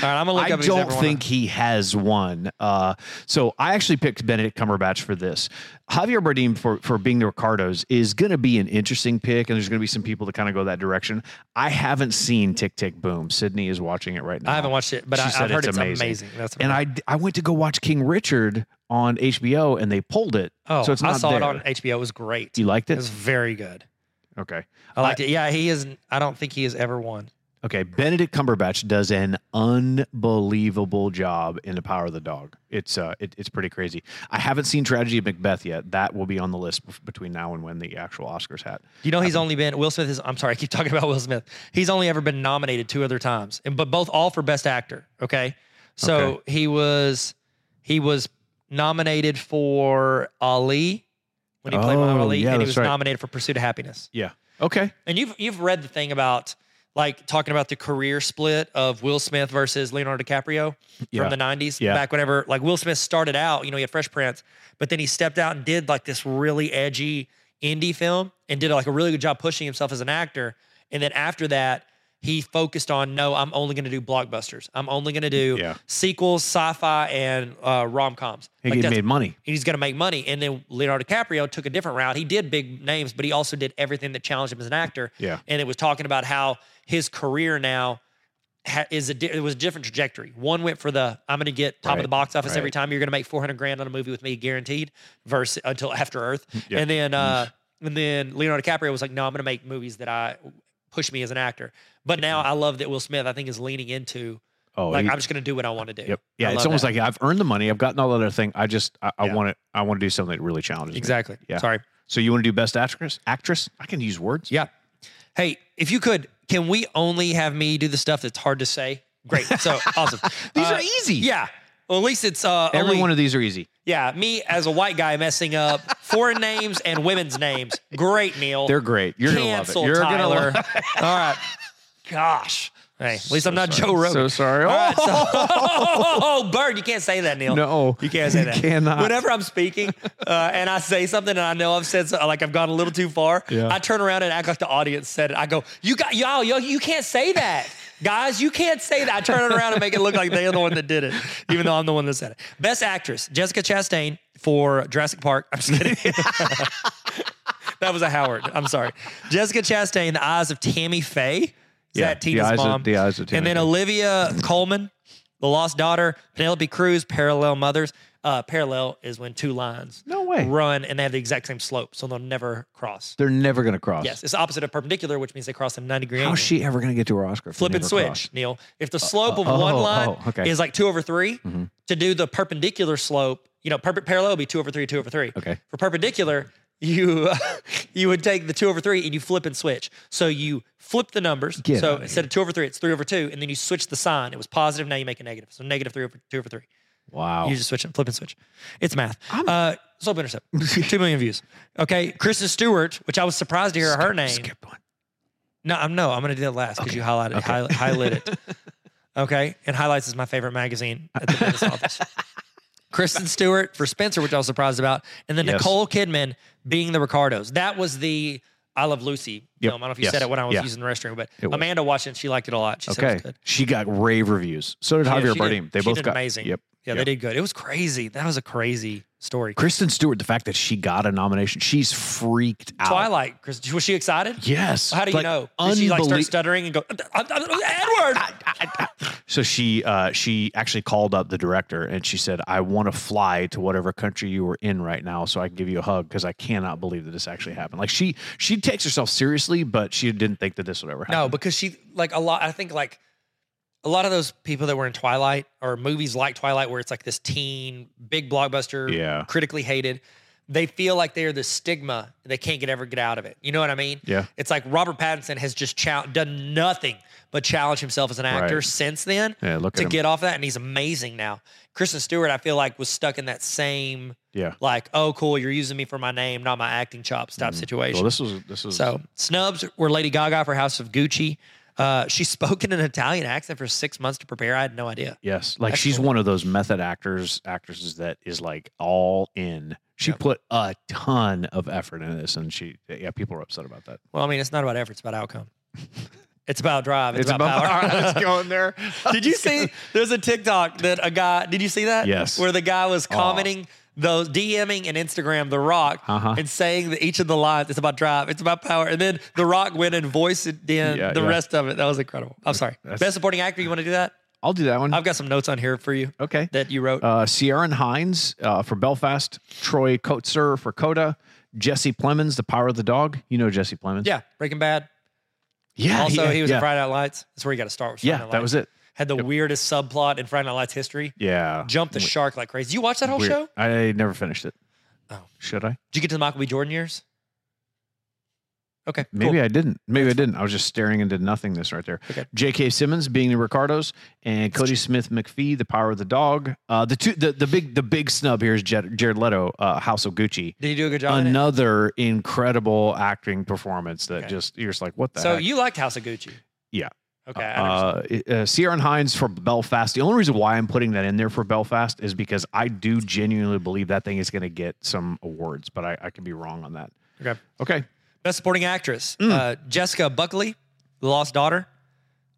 A: All right, I'm gonna look up.
B: I
A: if he's
B: don't
A: ever won
B: think he has one. Uh, so I actually picked Benedict Cumberbatch for this. Javier Bardem for for being the Ricardos is going to be an interesting pick, and there's going to be some people that kind of go that direction. I haven't seen Tick Tick Boom. Sydney is watching it right
A: A,
B: now.
A: I haven't watched it, but
B: She
A: I,
B: said
A: I've heard
B: it's
A: it's amazing.
B: amazing.
A: That's
B: And I I went to go watch King Richard on HBO, and they pulled it.
A: oh,
B: so it's not
A: I saw
B: there.
A: it on HBO. It was great.
B: You liked
A: It was
B: it?
A: very good.
B: Okay.
A: I liked it. Yeah, he is. I don't think he has ever won.
B: Okay, Benedict Cumberbatch does an unbelievable job in The Power of the Dog. It's uh, it, it's pretty crazy. I haven't seen Tragedy of Macbeth yet. That will be on the list bef- between now and when the actual Oscars hat.
A: You know, he's only been Will Smith is. I'm sorry, I keep talking about Will Smith. He's only ever been nominated two other times, and but both all for Best Actor. Okay, so
B: Okay.
A: he was he was nominated for Ali when he played
B: Oh,
A: Muhammad Ali,
B: yeah,
A: and he was
B: that's right.
A: nominated for Pursuit of Happiness.
B: Yeah. Okay.
A: And you've you've read the thing about like talking about the career split of Will Smith versus Leonardo DiCaprio
B: Yeah.
A: from the 90s
B: Yeah.
A: back whenever like Will Smith started out, you know, he had Fresh Prince, but then he stepped out and did like this really edgy indie film and did like a really good job pushing himself as an actor. And then after that, he focused on no, I'm only going to do blockbusters. I'm only going to do
B: Yeah.
A: sequels, sci-fi and uh, rom-coms.
B: He
A: Like, that's-
B: made money.
A: and he's going to make money. And then Leonardo DiCaprio took a different route. He did big names, but he also did everything that challenged him as an actor.
B: Yeah.
A: And it was talking about how his career now ha- is a di- it was a different trajectory. One went for the I'm going to get top of the
B: Right,
A: box office every
B: right.
A: time. You're going to make 400 grand on a movie with me guaranteed. Versus until After Earth,
B: Yeah. Mm-hmm.
A: and then uh, and then Leonardo DiCaprio was like, no, I'm going to make movies that I push me as an actor. But now I love that Will Smith I think is leaning into
B: Oh,
A: like
B: he-
A: I'm just going to do what I want to do.
B: yep. Yeah,
A: I
B: it's
A: love
B: almost
A: that.
B: like I've earned the money. I've gotten all that other thing. I just I, I
A: Yeah.
B: want to I want to do something that really challenges me.
A: exactly.
B: Yeah.
A: Sorry.
B: So you want to do best actress? Actress? I can use words.
A: Yeah. Hey, if you could, can we only have me do the stuff that's hard to say? Great. So awesome.
B: These
A: Uh,
B: are easy.
A: Yeah. Well, at least it's uh,
B: Every
A: only,
B: one of these are easy.
A: yeah, me as a white guy messing up foreign names and women's names. Great, Neil.
B: They're great. You're gonna love it.
A: Cancel
B: You're gonna
A: Tyler.
B: love-
A: All right. Gosh. Hey, at least I'm not Joe Rogan.
B: So sorry.
A: All right,
B: Oh,
A: so- oh, Bird, you can't say that, Neil.
B: No,
A: you can't say
B: you
A: that.
B: cannot.
A: Whenever I'm speaking uh, and I say something and I know I've said so, like I've gone a little too far,
B: Yeah.
A: I turn around and act like the audience said it. I go, "You got y'all, yo, you can't say that." Guys, you can't say that. I turn it around and make it look like they're the one that did it, even though I'm the one that said it. Best actress, Jessica Chastain for Jurassic Park. I'm just kidding. that was a Howard. I'm sorry. Jessica Chastain, The Eyes of Tammy Faye. Is
B: Yeah,
A: that
B: The
A: Tina's
B: Eyes of-
A: mom?
B: The Eyes of Tammy
A: And then
B: Faye.
A: Olivia Coleman, The Lost Daughter, Penelope Cruz, Parallel Mothers. Uh, parallel is when two lines
B: No way.
A: run and they have the exact same slope, so they'll never cross.
B: They're never gonna cross.
A: Yes, it's the opposite of perpendicular, which means they cross them 90 degree. angle.
B: How's she ever gonna get to her Oscar? if they
A: Flip and
B: never
A: switch,
B: cross?
A: Neil. If the slope of
B: oh,
A: one
B: oh,
A: line
B: okay. Mm-hmm.
A: is like two over 3 to do the perpendicular slope, you know, perp- parallel would be two over three, two over three.
B: Okay.
A: For perpendicular, you you would take the two over three and you flip and switch. So you flip the numbers.
B: Get
A: so
B: outta
A: instead of two over three, it's three over two, and then you switch the sign. It was positive. Now you make a negative. So negative three over two over three.
B: Wow.
A: You just switch it, flip and switch. It's math. Uh, Slope Intercept, 2 million views. Okay. Kristen Stewart, which I was surprised to hear her name.
B: Skip one.
A: No, I'm no, I'm going to do that last because you highlighted, highlight, highlight it. Okay. And Highlights is my favorite magazine at the dentist office. Kristen Stewart for Spencer, which I was surprised about. And then
B: Yes.
A: Nicole Kidman being the Ricardos. That was the I Love Lucy
B: Yep.
A: film. I don't know if you
B: Yes.
A: said it when I was
B: Yeah.
A: using the restroom, but
B: It was.
A: Amanda watched it. and She liked it a lot. She said it was
B: Okay.
A: good.
B: She got rave reviews. So did
A: Yeah,
B: Javier
A: she did-
B: Bardem. They
A: she
B: both
A: did
B: got
A: amazing.
B: Yep.
A: Yeah,
B: Yep.
A: they did good. It was crazy. That was a crazy story.
B: Kristen Stewart, the fact that she got a nomination, she's freaked out.
A: Twilight. Kristen, was she excited?
B: Yes.
A: How do you
B: Like,
A: know? Did she like start
B: unbelie-
A: stuttering and go, Edward?
B: So she uh, she actually called up the director and she said, "I want to fly to whatever country you were in right now, so I can give you a hug because I cannot believe that this actually happened." Like she she takes herself seriously, but she didn't think that this would ever happen.
A: No, because she like a lot. I think like a lot of those people that were in Twilight or movies like Twilight, where it's like this teen big blockbuster,
B: Yeah.
A: critically hated. They feel like they're the stigma. They can't get ever get out of it. You know what I mean?
B: Yeah.
A: It's like Robert Pattinson has just chal- done nothing but challenge himself as an actor
B: Right.
A: since then
B: Yeah, look
A: to
B: at him.
A: get off that, and he's amazing now. Kristen Stewart, I feel like, was stuck in that same
B: yeah.
A: like, oh, cool, you're using me for my name, not my acting chops type
B: Mm.
A: situation.
B: Well, this was this was
A: So snubs were Lady Gaga for House of Gucci. Uh, she spoke in an Italian accent for six months to prepare. I had no idea.
B: Yes, like
A: That's
B: she's
A: cool.
B: one of those method actors actresses that is like all in. She put a ton of effort into this, and she yeah, people are upset about that.
A: Well, I mean, it's not about effort; it's about outcome. It's about drive. It's, about, power.
B: going there.
A: did you see? There's a TikTok that a guy. Did you see that?
B: Yes.
A: Where the guy was commenting. Those DMing and Instagram The Rock
B: Uh-huh.
A: and saying that each of the lines it's about drive, it's about power, and then The Rock went and voiced it in
B: Yeah,
A: the
B: yeah.
A: rest of it. That was incredible. I'm sorry.
B: That's-
A: Best supporting actor, you want to do that?
B: I'll do that one.
A: I've got some notes on here for you
B: okay.
A: that you wrote.
B: Uh, Ciaran Hines uh, for Belfast, Troy Kotzer for Coda, Jesse Plemons, The Power of the Dog. You know Jesse Plemons.
A: yeah, Breaking Bad.
B: Yeah.
A: Also, he, was
B: yeah,
A: in Friday Night Lights. That's where you got to start. With Friday
B: Yeah,
A: Night Lights.
B: that was it.
A: Had the weirdest subplot in Friday Night Lights history.
B: Yeah.
A: Jumped the shark like crazy. Did you watch that whole
B: Weird.
A: show?
B: I never finished it.
A: Oh.
B: Should I?
A: Did you get to the Michael B. Jordan years? Okay,
B: Maybe
A: cool.
B: I didn't. Maybe I didn't. I was just staring into nothingness right there.
A: Okay.
B: J.K. Simmons being the Ricardos and Cody Smith McPhee, The Power of the Dog. Uh, the two, the, the big, the big snub here is Jar- Jared Leto, uh, House of Gucci.
A: Did you do a good job? in it?
B: Another incredible acting performance that
A: Okay.
B: just you're just like, what the
A: So
B: heck?
A: you liked House of Gucci?
B: Yeah.
A: Okay. I understand.
B: uh, it- uh, Ciaran Hines for Belfast. The only reason why I'm putting that in there for Belfast is because I do genuinely believe that thing is going to get some awards, but I, I could be wrong on that.
A: okay.
B: Okay.
A: Best supporting actress:
B: Hmm.
A: uh, Jessica Buckley, The Lost Daughter;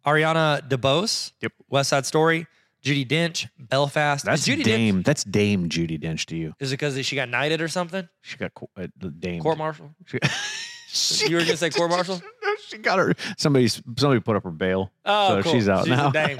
A: Ariana DeBose,
B: Yep.
A: West Side Story; Judy Dench, Belfast.
B: That's
A: is Judy Dench.
B: Dame. That's Dame Judy Dench to you.
A: Is it because she got knighted or something?
B: She got co- uh, the Dame.
A: Court martial.
B: She-
A: You were gonna say court martial?
B: No, she got her. Somebody somebody put up her bail.
A: Oh,
B: so
A: cool.
B: she's out
A: a
B: now.
A: dame.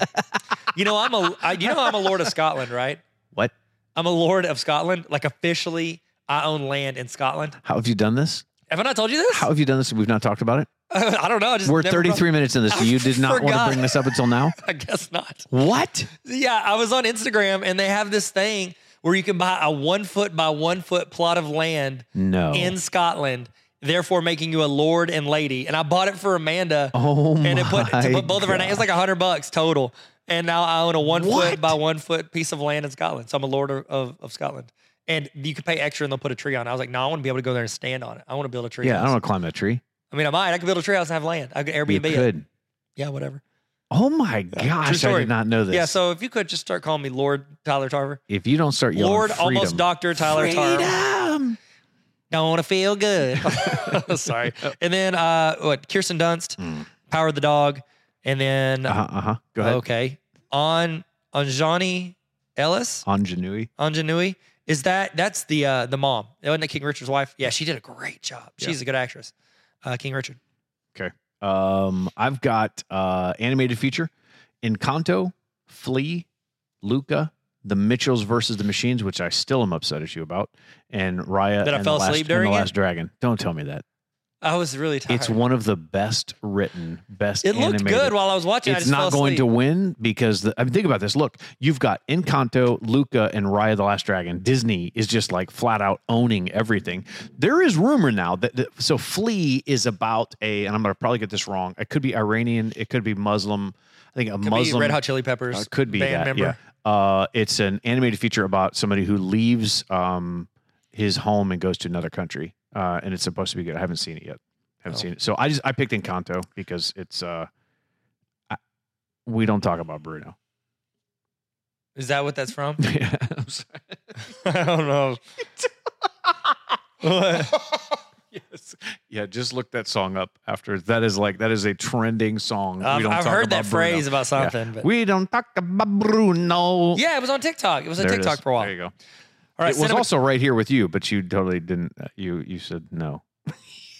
A: you know, I'm a. I, you know, I'm a lord of Scotland, right?
B: What?
A: I'm a lord of Scotland. Like officially, I own land in Scotland.
B: How have you done this?
A: Have I not told you this?
B: How have you done this? We've not talked about it.
A: I don't know. I just
B: We're
A: never
B: 33 minutes in this.
A: I
B: you did not want to
A: forgot.
B: bring this up until now.
A: brought- I guess not.
B: What?
A: Yeah, I was on Instagram and they have this thing where you can buy a one foot by one foot plot of land
B: No.
A: in Scotland, therefore making you a lord and lady. And I bought it for Amanda.
B: oh my
A: and it put to put both of our names. It's like a hundred bucks total. And now I own a one
B: What?
A: foot by one foot piece of land in Scotland. So I'm a lord of, of, of Scotland. And you can pay extra and they'll put a tree on. it. I was like, no, I want to be able to go there and stand on it. I want to build a tree.
B: Yeah, I
A: house.
B: don't want to climb that tree.
A: I mean, I might. I could build a tree house and have land. I could Airbnb
B: You
A: it.
B: could.
A: Yeah, whatever.
B: Oh my gosh, I
A: story.
B: did not know this.
A: Yeah. So if you could just start calling me Lord Tyler Tarver,
B: if you don't start yelling,
A: Lord
B: freedom,
A: almost Doctor Tyler Tarver.
B: freedom.
A: Don't want to feel good. Sorry. And then uh, what? Kirsten Dunst, Power of the Dog, and then
B: Uh huh. Mm. Uh-huh. Go ahead.
A: Okay. On on Johnny Ellis,
B: Ingenuity.
A: on Janui, is that that's the uh the mom. Wasn't that King Richard's wife? Yeah, she did a great job.
B: Yeah.
A: She's a good actress. Uh King Richard.
B: Okay. Um, I've got uh, animated feature, Encanto, Flea, Luca, The Mitchells versus the Machines, which I still am upset at you about, and Raya.
A: That I
B: and
A: fell
B: the last,
A: asleep
B: and
A: during
B: the
A: it?
B: Last Dragon. Don't tell me that.
A: I was really tired.
B: It's one of the best written, best.
A: it looked
B: animated.
A: good while I was watching. I
B: It's
A: just fell
B: not going to
A: asleep.
B: win because the, I mean, think about this. Look, you've got Encanto, Luca, and Raya the Last Dragon. Disney is just like flat out owning everything. There is rumor now that, that so Flea is about a, and I'm going to probably get this wrong. It could be Iranian, it could be Muslim. I think a
A: Could be
B: Muslim
A: Red Hot Chili Peppers.
B: uh, could be
A: band
B: that.
A: member.
B: Yeah, Uh, it's an animated feature about somebody who leaves um, his home and goes to another country, uh, and it's supposed to be good. I haven't seen it yet. Haven't
A: Oh.
B: seen it. So I just I picked Encanto because it's uh, I, we don't talk about Bruno.
A: Is that what that's from?
B: yeah, I'm sorry.
A: I don't know. What?
B: yes. Yeah, just look that song up after. That is like that is a trending song.
A: I've, I've heard that
B: Bruno.
A: phrase about something. Yeah. But
B: We don't talk about Bruno.
A: yeah, it was on TikTok. It was on
B: There it
A: TikTok
B: is.
A: for a while.
B: There you go.
A: All right,
B: it was
A: cinema-
B: also right here with you, but you totally didn't. uh, You you said no.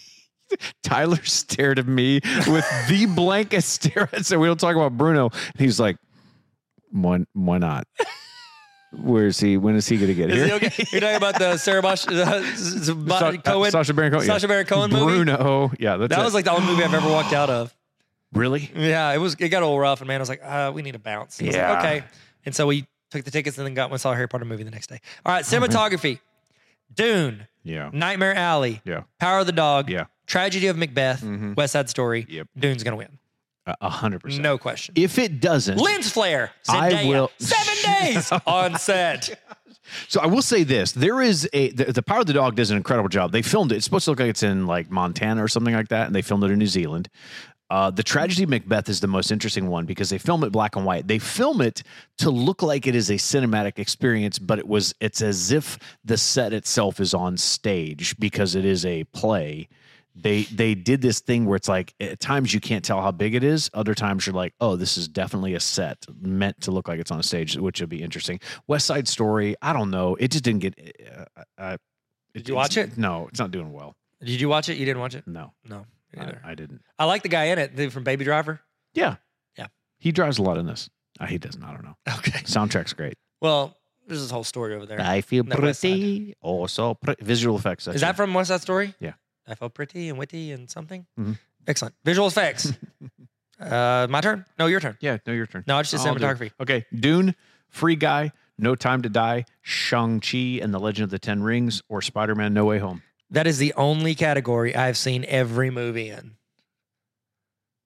B: Tyler stared at me with the blankest stare. I said, "We don't talk about Bruno." And he's like, "Why? Why not? Where is he? When is he going to get
A: Is
B: here?"
A: it okay? You're talking about the Sarah Bosch, uh, S- S- Bo-
B: Sa- uh,
A: Cohen,
B: Sacha Baron Cohen. yeah.
A: Sacha Baron Cohen movie.
B: Bruno. Yeah, that's
A: That
B: it.
A: was like the only movie I've ever walked out of.
B: really.
A: Yeah, it was. It got all rough, and man, I was like, uh, we need a bounce. I was like,
B: Yeah.
A: okay. And so we took the tickets and then got one saw a Harry Potter movie the next day. All
B: Oh,
A: right, cinematography, Dune,
B: Yeah.
A: Nightmare Alley,
B: Yeah.
A: Power of the Dog,
B: Yeah.
A: Tragedy of Macbeth,
B: Mhm.
A: West Side Story.
B: Yep.
A: Dune's gonna win,
B: A- A hundred percent.
A: no question.
B: If it doesn't,
A: Lens flare.
B: I
A: Zendaya,
B: will-
A: Seven days on set.
B: So I will say this: there is a the, the Power of the Dog does an incredible job. They filmed it. It's supposed to look like it's in like Montana or something like that, and they filmed it in New Zealand. Uh, the tragedy of Macbeth is the most interesting one because they film it black and white. They film it to look like it is a cinematic experience, but it was it's as if the set itself is on stage because it is a play. They they did this thing where it's like at times you can't tell how big it is. Other times you're like, oh, this is definitely a set meant to look like it's on a stage, which would be interesting. West Side Story, I don't know. It just didn't get. Uh, uh,
A: Did you watch
B: it's-
A: it?
B: No, it's not doing well.
A: Did you watch it? You didn't watch it?
B: No,
A: No. me
B: I,
A: neither.
B: I didn't.
A: I like the guy in it, the dude from Baby Driver.
B: Yeah.
A: Yeah.
B: He drives a lot in this. Uh, he doesn't. I don't know.
A: Okay.
B: Soundtrack's great.
A: Well, there's this whole story over there. Is
B: I feel
A: No, West Side.
B: pretty. Oh, so pretty. Visual effects. that's
A: that
B: it.
A: from West Side Story?
B: Yeah.
A: I felt pretty and witty and something.
B: Mhm.
A: Excellent. Visual effects. uh, my turn? No, your turn.
B: Yeah. No, your turn.
A: No, it's just
B: I'll do it.
A: cinematography.
B: Okay. Dune, Free Guy, No Time to Die, Shang-Chi and the Legend of the Ten Rings, or Spider-Man No Way Home.
A: That is the only category I've seen every movie in.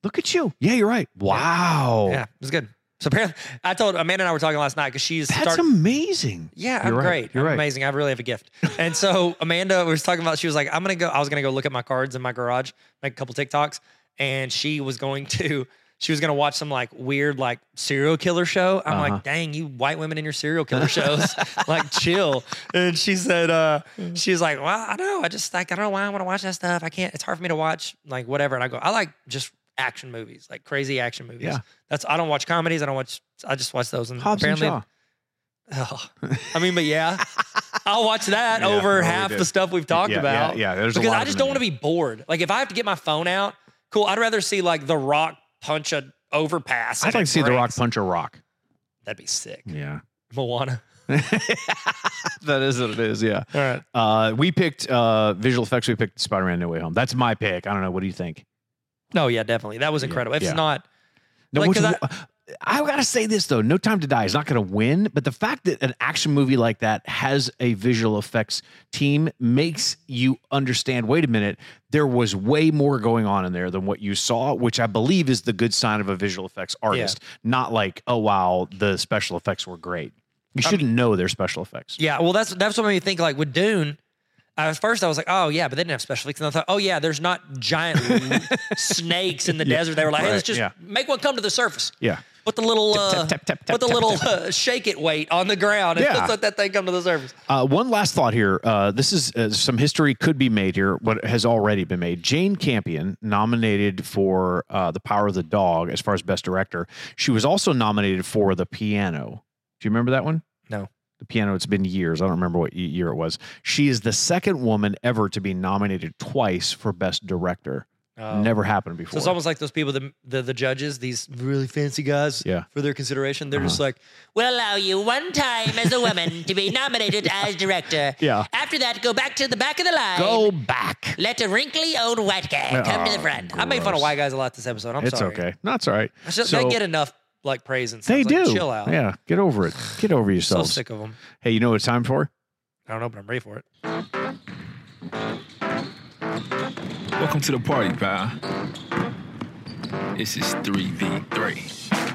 B: Look at you. Yeah, you're right. Wow.
A: Yeah, it was good. So apparently, I told Amanda and I were talking last night because she's
B: That's
A: start-
B: amazing.
A: Yeah, I'm
B: You're right.
A: great.
B: You're
A: I'm
B: right.
A: amazing. I really have a gift. And so Amanda was talking about, she was like, I'm gonna go, I was gonna go look at my cards in my garage, make a couple TikToks. And she was going to, she was gonna watch some like weird like serial killer show. I'm
B: Uh-huh.
A: like, dang, you white women in your serial killer shows. like chill. And she said, uh,
B: Mm.
A: she's like, Well, I know. I just like I don't know why I want to watch that stuff. I can't, it's hard for me to watch like whatever. And I go, I like just action movies, like crazy action movies.
B: Yeah.
A: That's I don't watch comedies, I don't watch I just watch those and
B: Hobbs and
A: apparently
B: Shaw.
A: Oh, I mean, but yeah, I'll watch that
B: Yeah,
A: over
B: well, we
A: half the
B: did.
A: stuff we've talked
B: yeah,
A: about.
B: Yeah, yeah. There's a
A: because
B: lot
A: I
B: of
A: just
B: them
A: don't want
B: in
A: to be bored. Like if I have to get my phone out, cool. I'd rather see like The Rock punch a overpass.
B: there. I'd
A: and
B: like
A: it
B: to see The Rock
A: breaks.
B: punch a rock.
A: That'd be sick.
B: Yeah.
A: Moana.
B: that is what it is. Yeah.
A: All right.
B: Uh, we picked uh, visual effects. We picked Spider-Man: No Way Home. That's my pick. I don't know. What do you think?
A: No, yeah, definitely. That was
B: Yeah,
A: incredible. If
B: yeah.
A: it's not,
B: No,
A: Like,
B: which,
A: 'cause
B: I, gotta say this though. No Time to Die is not gonna win, but the fact that an action movie like that has a visual effects team makes you understand. Wait a minute, there was way more going on in there than what you saw, which I believe is the good sign of a visual effects artist. Not like, oh wow, the special effects were great. You
A: Um,
B: shouldn't know they're special effects.
A: yeah. Well, that's that's what made me think. Like with Dune, at first I was like, oh yeah, but they didn't have special effects. And I thought, oh yeah, there's not giant snakes in the desert. They were like, hey, let's
B: right,
A: just
B: yeah.
A: make one come to the surface.
B: Yeah.
A: Put the little uh,
B: tap, tap, tap,
A: put the
B: tap,
A: little
B: tap.
A: Uh, shake it weight on the ground and
B: Yeah.
A: let's let that thing come to the surface.
B: Uh, one last thought here. Uh, this is uh, some history could be made here. What has already been made. Jane Campion nominated for uh, The Power of the Dog as far as Best Director. She was also nominated for The Piano. Do you remember that one?
A: No.
B: The Piano. It's been years. I don't remember what y- year it was. She is the second woman ever to be nominated twice for Best Director. Never
A: Oh.
B: happened
A: So
B: before.
A: it's almost like those people, the, the the judges, these really fancy guys,
B: Yeah. Uh-huh.
A: for their consideration. They're just like, we'll allow you one time as a woman to be nominated as director.
B: Yeah.
A: After that, go back to the back of the line.
B: Go back.
A: Let a wrinkly old white guy come to the
B: Oh,
A: front. I made fun
B: gross.
A: of white guys a lot this episode. I'm
B: It's
A: sorry.
B: okay. No, it's all right.
A: I just-
B: So-
A: they get enough like praise and stuff.
B: They
A: It's like,
B: do.
A: Chill out.
B: Yeah. Get over it. Get over
A: So
B: yourselves.
A: sick of them.
B: hey, you know what it's time for?
A: I don't know, but I'm ready for it.
C: Welcome to the party, pal. This is 3v3.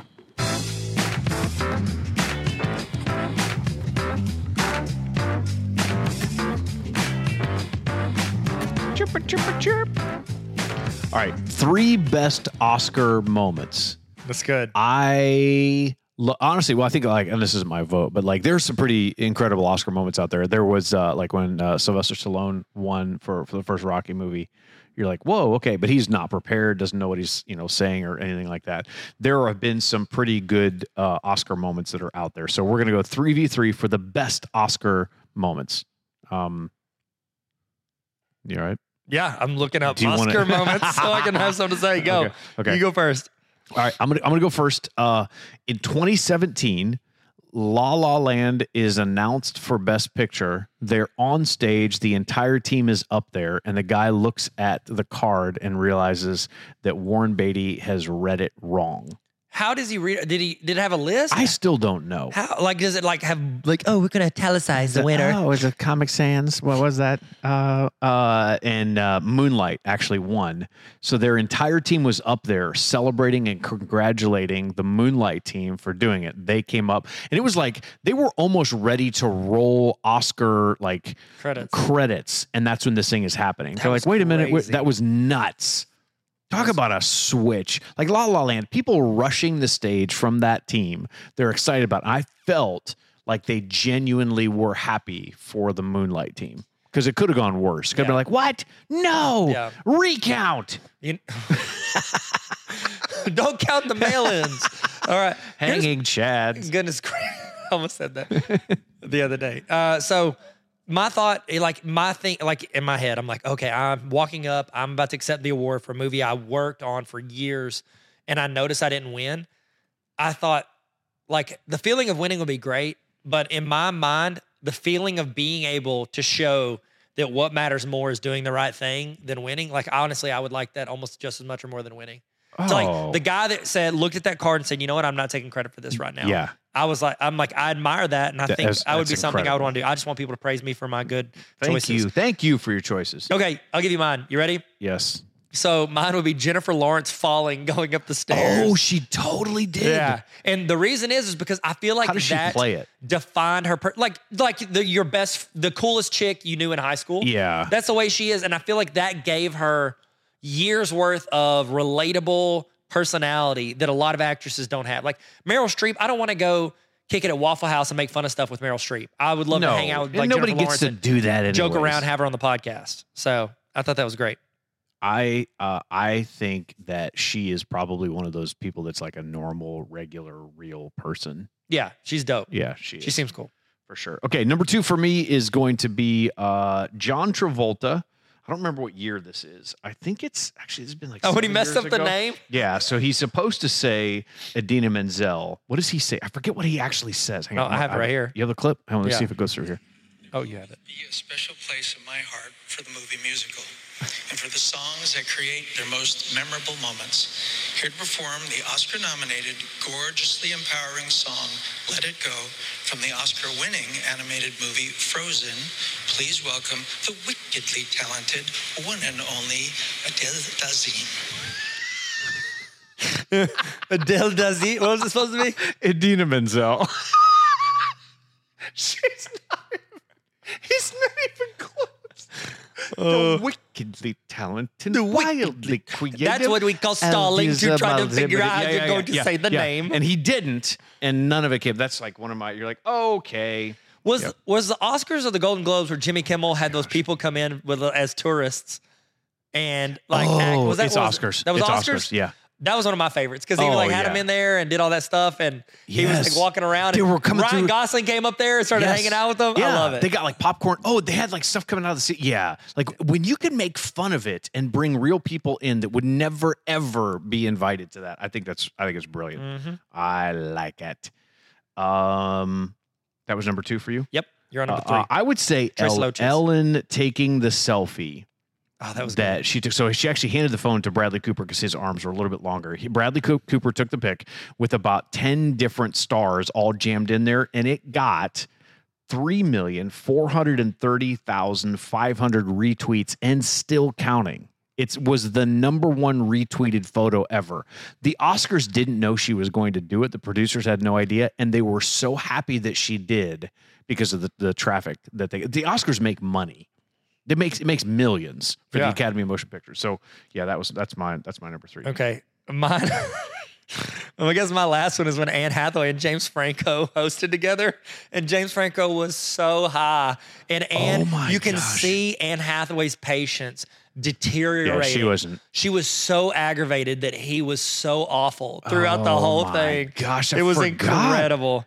B: Chirp, chirp, chirp. All right, three best Oscar moments.
A: That's good.
B: I lo- honestly, well, I think like, and this isn't my vote, but like, there's some pretty incredible Oscar moments out there. There was uh, like when uh, Sylvester Stallone won for for the first Rocky movie. You're like, whoa, okay, but he's not prepared, doesn't know what he's you know saying or anything like that. There have been some pretty good uh, Oscar moments that are out there. So we're gonna go three v three for the best Oscar moments. Um, you all right?
A: Yeah, I'm looking up
B: Do you wanna-
A: Oscar moments so I can have something to say. Go.
B: Okay, okay.
A: You go first.
B: All right, I'm gonna I'm gonna go first. Uh, in 2017, La La Land is announced for Best Picture. They're on stage. The entire team is up there, and the guy looks at the card and realizes that Warren Beatty has read it wrong.
A: How does he read? Did he did it have a list?
B: I still don't know.
A: How like does it like have like oh we're gonna italicize the winner?
B: Oh, it was a Comic Sans. What was that? Uh, uh, and uh, Moonlight actually won. So their entire team was up there celebrating and congratulating the Moonlight team for doing it. They came up, and it was like they were almost ready to roll Oscar like
A: Credits.
B: credits, and that's when this thing is happening. They're
A: was
B: like, wait a minute, wait,
A: crazy.
B: that was nuts. Talk about a switch. Like La La Land, people rushing the stage from that team, they're excited about. It. I felt like they genuinely were happy for the Moonlight team because it could have gone worse. Could have
A: Yeah.
B: been like, what? No,
A: Yeah.
B: recount.
A: You- Don't count the mail-ins. All right. Here's-
B: Hanging Chads.
A: Goodness gracious. I almost said that the other day. Uh, so my thought, eh, like my thing, like in my head, I'm like, okay, I'm walking up. I'm about to accept the award for a movie I worked on for years, and I noticed I didn't win. I thought, like, the feeling of winning would be great, but in my mind, the feeling of being able to show that what matters more is doing the right thing than winning. Like, honestly, I would like that almost just as much or more than winning. So, like, the guy that said, looked at that card and said, you know what, I'm not taking credit for this right now.
B: yeah.
A: I was like, I'm like, I admire that, and I
B: That-
A: think
B: that's-
A: that would be
B: that's
A: something I would
B: incredible.
A: want to do. I just want people to praise me for my good
B: Thank
A: choices.
B: you. Thank you for your choices.
A: Okay, I'll give you mine. You ready?
B: Yes.
A: So mine would be Jennifer Lawrence falling, going up the stairs.
B: Oh, she totally did.
A: yeah. And the reason is, is because I feel like
B: How does she
A: that
B: play it?
A: defined her, per- like, like the, your best, the coolest chick you knew in high school.
B: Yeah.
A: That's the way she is. And I feel like that gave her years worth of relatable personality that a lot of actresses don't have. Like Meryl Streep, I don't want to go kick it at Waffle House and make fun of stuff with Meryl Streep. I would love to hang out with
B: and
A: like
B: nobody
A: Jennifer Lawrence
B: gets to
A: and
B: do that. Anyways.
A: joke around, have her on the podcast. So I thought that was great.
B: I uh, I think that she is probably one of those people that's like a normal, regular, real person.
A: Yeah, she's dope.
B: Yeah, she
A: She
B: is
A: seems cool.
B: for sure. Okay, number two for me is going to be uh, John Travolta. I don't remember what year this is. I think it's actually it's been like.
A: Oh, when he
B: seven
A: messed
B: years
A: up the
B: ago.
A: name?
B: Yeah, so he's supposed to say Adina Menzel. What does he say? I forget what he actually says. Hang
A: No,
B: on,
A: Oh, I have it right here.
B: You have the clip. Hang on, let's
A: Yeah.
B: see if it goes through here.
A: Oh, you have it.
D: be a special place in my heart for the movie musical and for the songs that create their most memorable moments. Here to perform the Oscar nominated, gorgeously empowering song, Let It Go, from the Oscar winning animated movie Frozen, please welcome the wickedly talented one and only Adele Dazeem.
A: Adele does eat. What was it supposed to be?
B: Edina Menzel. She's not even, he's not even close.
A: Uh,
B: the wickedly talented, the wildly creative.
A: That's what we call stalling to try to
B: Elizabeth-
A: figure out how
B: Yeah,
A: you're
B: yeah,
A: going
B: yeah,
A: to say the
B: yeah.
A: name.
B: And he didn't, and none of it came. That's like one of my, you're like, okay.
A: Was
B: Yep.
A: was the Oscars or the Golden Globes where Jimmy Kimmel had those people come in with as tourists and like act, was that
B: Oh, it's
A: what was it?
B: Oscars.
A: That was
B: It's
A: Oh, Oscars.
B: Yeah.
A: that was one of my favorites because he
B: Oh,
A: like had
B: yeah.
A: him in there and did all that stuff and he was
B: Yes.
A: like walking around.
B: They
A: and
B: were coming
A: Ryan
B: through-
A: Gosling came up there and started
B: Yes.
A: hanging out with them. I
B: Yeah,
A: love it.
B: They got like popcorn. Oh, they had like stuff coming out of the sea. Yeah. Like when you can make fun of it and bring real people in that would never ever be invited to that. I think that's I think it's brilliant.
A: Mhm.
B: I like it. Um that was number 2 for you.
A: Yep, you're on number
B: Uh,
A: three.
B: uh, I would say
A: Trace
B: El-
A: Loches.
B: Ellen taking the selfie
A: oh, that was
B: that
A: good.
B: she took. So she actually handed the phone to Bradley Cooper because his arms were a little bit longer. He, Bradley Co- Cooper took the pick with about 10 different stars all jammed in there, and it got 3,430,500 retweets and still counting. It was the number one retweeted photo ever. The Oscars didn't know she was going to do it. The producers had no idea, and they were so happy that she did because of the, the traffic that they. The Oscars make money It makes it makes millions for
A: Yeah.
B: the Academy of Motion Pictures. So yeah, that was that's my that's my number three.
A: Okay. Mine. Well, I guess my last one is when Anne Hathaway and James Franco hosted together, and James Franco was so high, and Anne,
B: Oh my
A: you can
B: gosh.
A: see Anne Hathaway's patience
B: Yeah,
A: deteriorating.
B: she wasn't.
A: She was so aggravated that he was so awful throughout the
B: Oh
A: whole
B: my
A: thing.
B: gosh, I
A: it was
B: forgot.
A: incredible.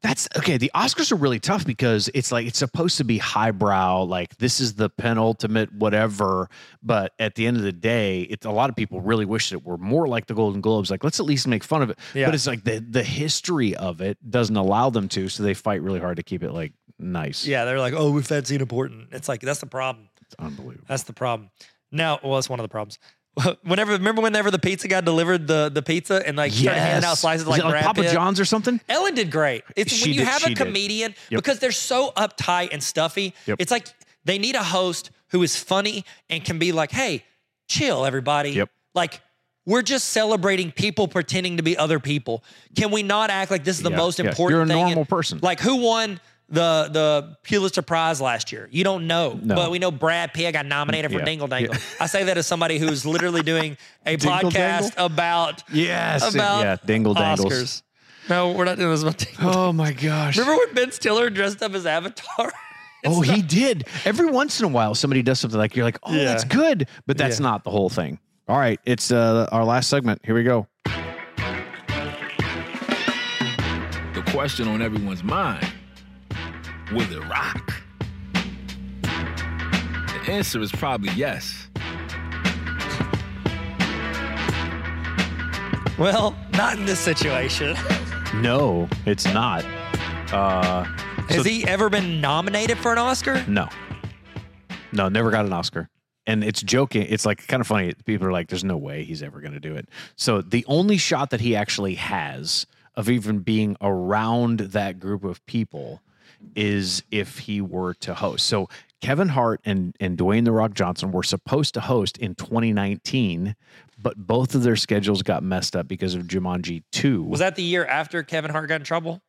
B: That's okay. The Oscars are really tough because it's like it's supposed to be highbrow, like this is the penultimate whatever. But at the end of the day, it's a lot of people really wish it were more like the Golden Globes. Like let's at least make fun of it.
A: Yeah.
B: But it's like the the history of it doesn't allow them to, so they fight really hard to keep it like nice.
A: Yeah, they're like, oh, if that's important, it's like that's the problem.
B: it's unbelievable.
A: That's the problem. Now, well, that's one of the problems. Whenever, remember whenever the pizza guy delivered the the pizza and like started handing out slices
B: Is
A: like,
B: it like
A: Brad
B: Papa
A: Pitt?
B: John's or something.
A: Ellen did great. It's
B: She
A: when you
B: did-
A: have
B: she
A: a
B: did.
A: comedian
B: Yep.
A: because they're so uptight and stuffy.
B: Yep.
A: It's like they need a host who is funny and can be like, "Hey, chill, everybody."
B: Yep.
A: Like we're just celebrating people pretending to be other people. Can we not act like this is the
B: Yeah,
A: most
B: yeah. You're
A: important?
B: a
A: thing?
B: normal person.
A: Like who won? The the Pulitzer Prize last year. You don't know,
B: No.
A: but we know Brad Pitt got nominated for
B: Yeah,
A: Dingle Dangle. I say that as somebody who's literally doing a
B: Dingle
A: podcast about
B: Yes.
A: about
B: yeah. Dingle dangles.
A: Oscars. No, we're not doing this about Dingle.
B: Oh my gosh.
A: Remember when Ben Stiller dressed up as Avatar?
B: oh, he did. Every once in a while, somebody does something like you're like, oh,
A: Yeah.
B: that's good, but that's
A: Yeah.
B: not the whole thing. All right, it's uh, our last segment. Here we go.
C: The question on everyone's mind Will it rock? The answer is probably yes.
A: well, not in this situation.
B: No, it's not. Uh,
A: Has he ever been nominated for an Oscar?
B: no, no, never got an Oscar. And it's joking. It's like kind of funny. People are like, "There's no way he's ever going to do it." So the only shot that he actually has of even being around that group of people is if he were to host. So Kevin Hart and and Dwayne the Rock Johnson were supposed to host in 2019, but both of their schedules got messed up because of Jumanji 2.
A: Was that the year after Kevin Hart got in trouble,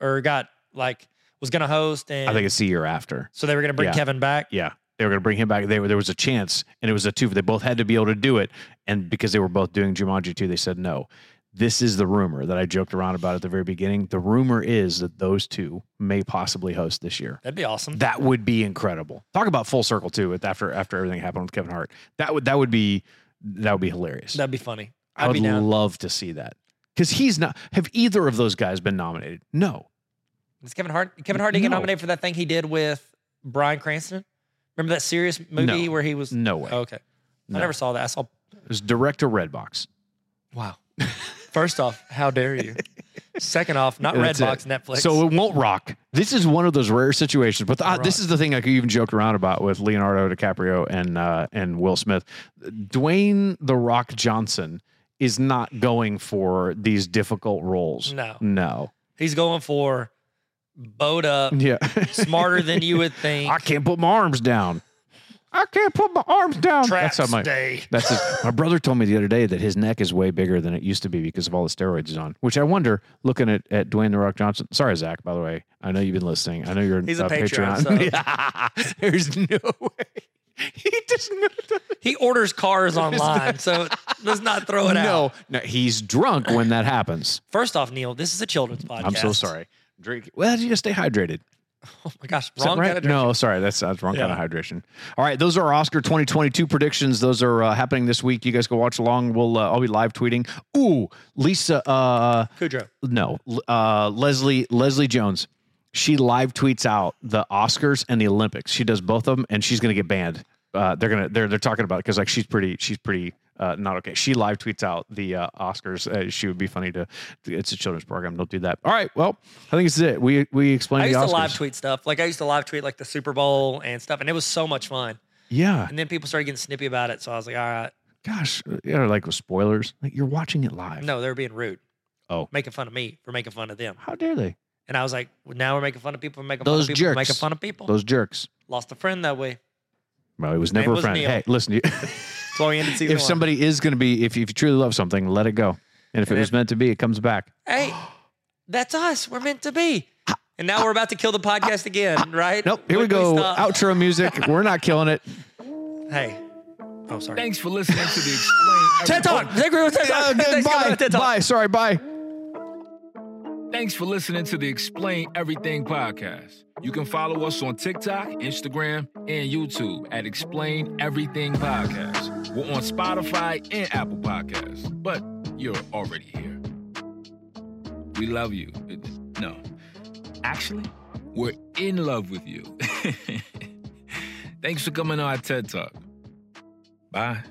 A: or got like was going to host? And
B: I think it's the year after.
A: so. They were going to bring
B: yeah.
A: Kevin back.
B: Yeah. They were going to bring him back. They were, there was a chance, and it was a two. They both had to be able to do it. And because they were both doing Jumanji 2, they said no. This is the rumor that I joked around about at the very beginning. The rumor is that those two may possibly host this year.
A: That'd be awesome.
B: That would be incredible. Talk about full circle too. With after after everything happened with Kevin Hart, that would that would be that would be hilarious.
A: That'd be funny.
B: I
A: I'd
B: would
A: be down.
B: love to see that because he's not. Have either of those guys been nominated? No.
A: Is Kevin Hart? Kevin Hart didn't get
B: No.
A: nominated for that thing he did with Brian Cranston. Remember that serious movie
B: No.
A: where he was? Oh,
B: No way.
A: Okay,
B: No.
A: I never saw that. I saw
B: It was director Redbox.
A: Wow. First off, how dare you? Second off, not
B: That's
A: Redbox,
B: it.
A: Netflix.
B: So it won't rock. This is one of those rare situations. But the, uh, this is the thing I even joked around about with Leonardo DiCaprio and uh, and Will Smith. Dwayne the Rock Johnson is not going for these difficult roles.
A: No.
B: no,
A: he's going for bowed up,
B: yeah.
A: smarter than you would think.
B: I can't put my arms down. I can't put my arms down.
A: Traps
B: that's how my
A: day.
B: that's his, my brother told me the other day that his neck is way bigger than it used to be because of all the steroids he's on. Which I wonder, looking at, at Dwayne the Rock Johnson. Sorry, Zach. By the way, I know you've been listening. I know you're
A: He's a Patreon,
B: Yeah. There's no way. He does not.
A: He orders cars online, so let's not throw it out.
B: No, no. He's drunk when that happens.
A: First off, Neil, this is a children's podcast.
B: I'm so sorry. Drink. Well, you just stay hydrated.
A: Oh my gosh,
B: Is that
A: wrong
B: right?
A: kind of drink.
B: No, sorry, that's, that's wrong
A: Yeah.
B: kind of hydration. All right, those are our Oscar 2022 predictions. Those are uh, happening this week. You guys go watch along. We'll uh, I'll be live tweeting. Ooh, Lisa. Uh,
A: Kudrow.
B: no, L- uh, Leslie Leslie Jones. She live tweets out the Oscars and the Olympics. She does both of them, and she's gonna get banned. Uh, they're gonna they're they're talking about it because like she's pretty she's pretty. Uh, not okay. She live tweets out the uh, Oscars. Uh, she would be funny to. It's a children's program. Don't do that. All right. Well, I think this is it. We we explained.
A: I used
B: the
A: to
B: Oscars.
A: live tweet stuff. Like I used to live tweet like the Super Bowl and stuff, and it was so much fun.
B: Yeah.
A: And then people started getting snippy about it, so I was like, all right,
B: gosh, yeah, like with spoilers, like you're watching it live.
A: no, they're being rude.
B: Oh.
A: making fun of me for making fun of them.
B: How dare they?
A: And I was like, well, now we're making fun of people for making
B: Those
A: fun of people for
B: jerks.
A: making fun of people.
B: Those jerks.
A: Lost a friend that way.
B: Well, it was
A: Name
B: never a
A: was
B: friend.
A: Neil.
B: Hey, listen, you,
A: That's why we ended season
B: if
A: one.
B: somebody is going to be, if, if you truly love something, let it go. And if it
A: And
B: was
A: if-
B: meant to be, it comes back.
A: hey, that's us. We're meant to be. And now we're about to kill the podcast again, right?
B: Nope. Here we
A: Quickly
B: go.
A: stop.
B: Outro music. We're not killing it.
A: Hey. Oh, sorry.
C: Thanks for listening to the Explain.
A: TED Talk. They agree with TED Talk.
B: Uh,
A: Thanks for coming
B: bye.
A: to TED Talk.
B: Bye. Sorry. Bye.
C: Thanks for listening to the Explain Everything podcast. You can follow us on TikTok, Instagram, and YouTube at Explain Everything Podcast. We're on Spotify and Apple Podcasts, but you're already here. We love you. No, actually, we're in love with you. Thanks for coming on our TED Talk. Bye.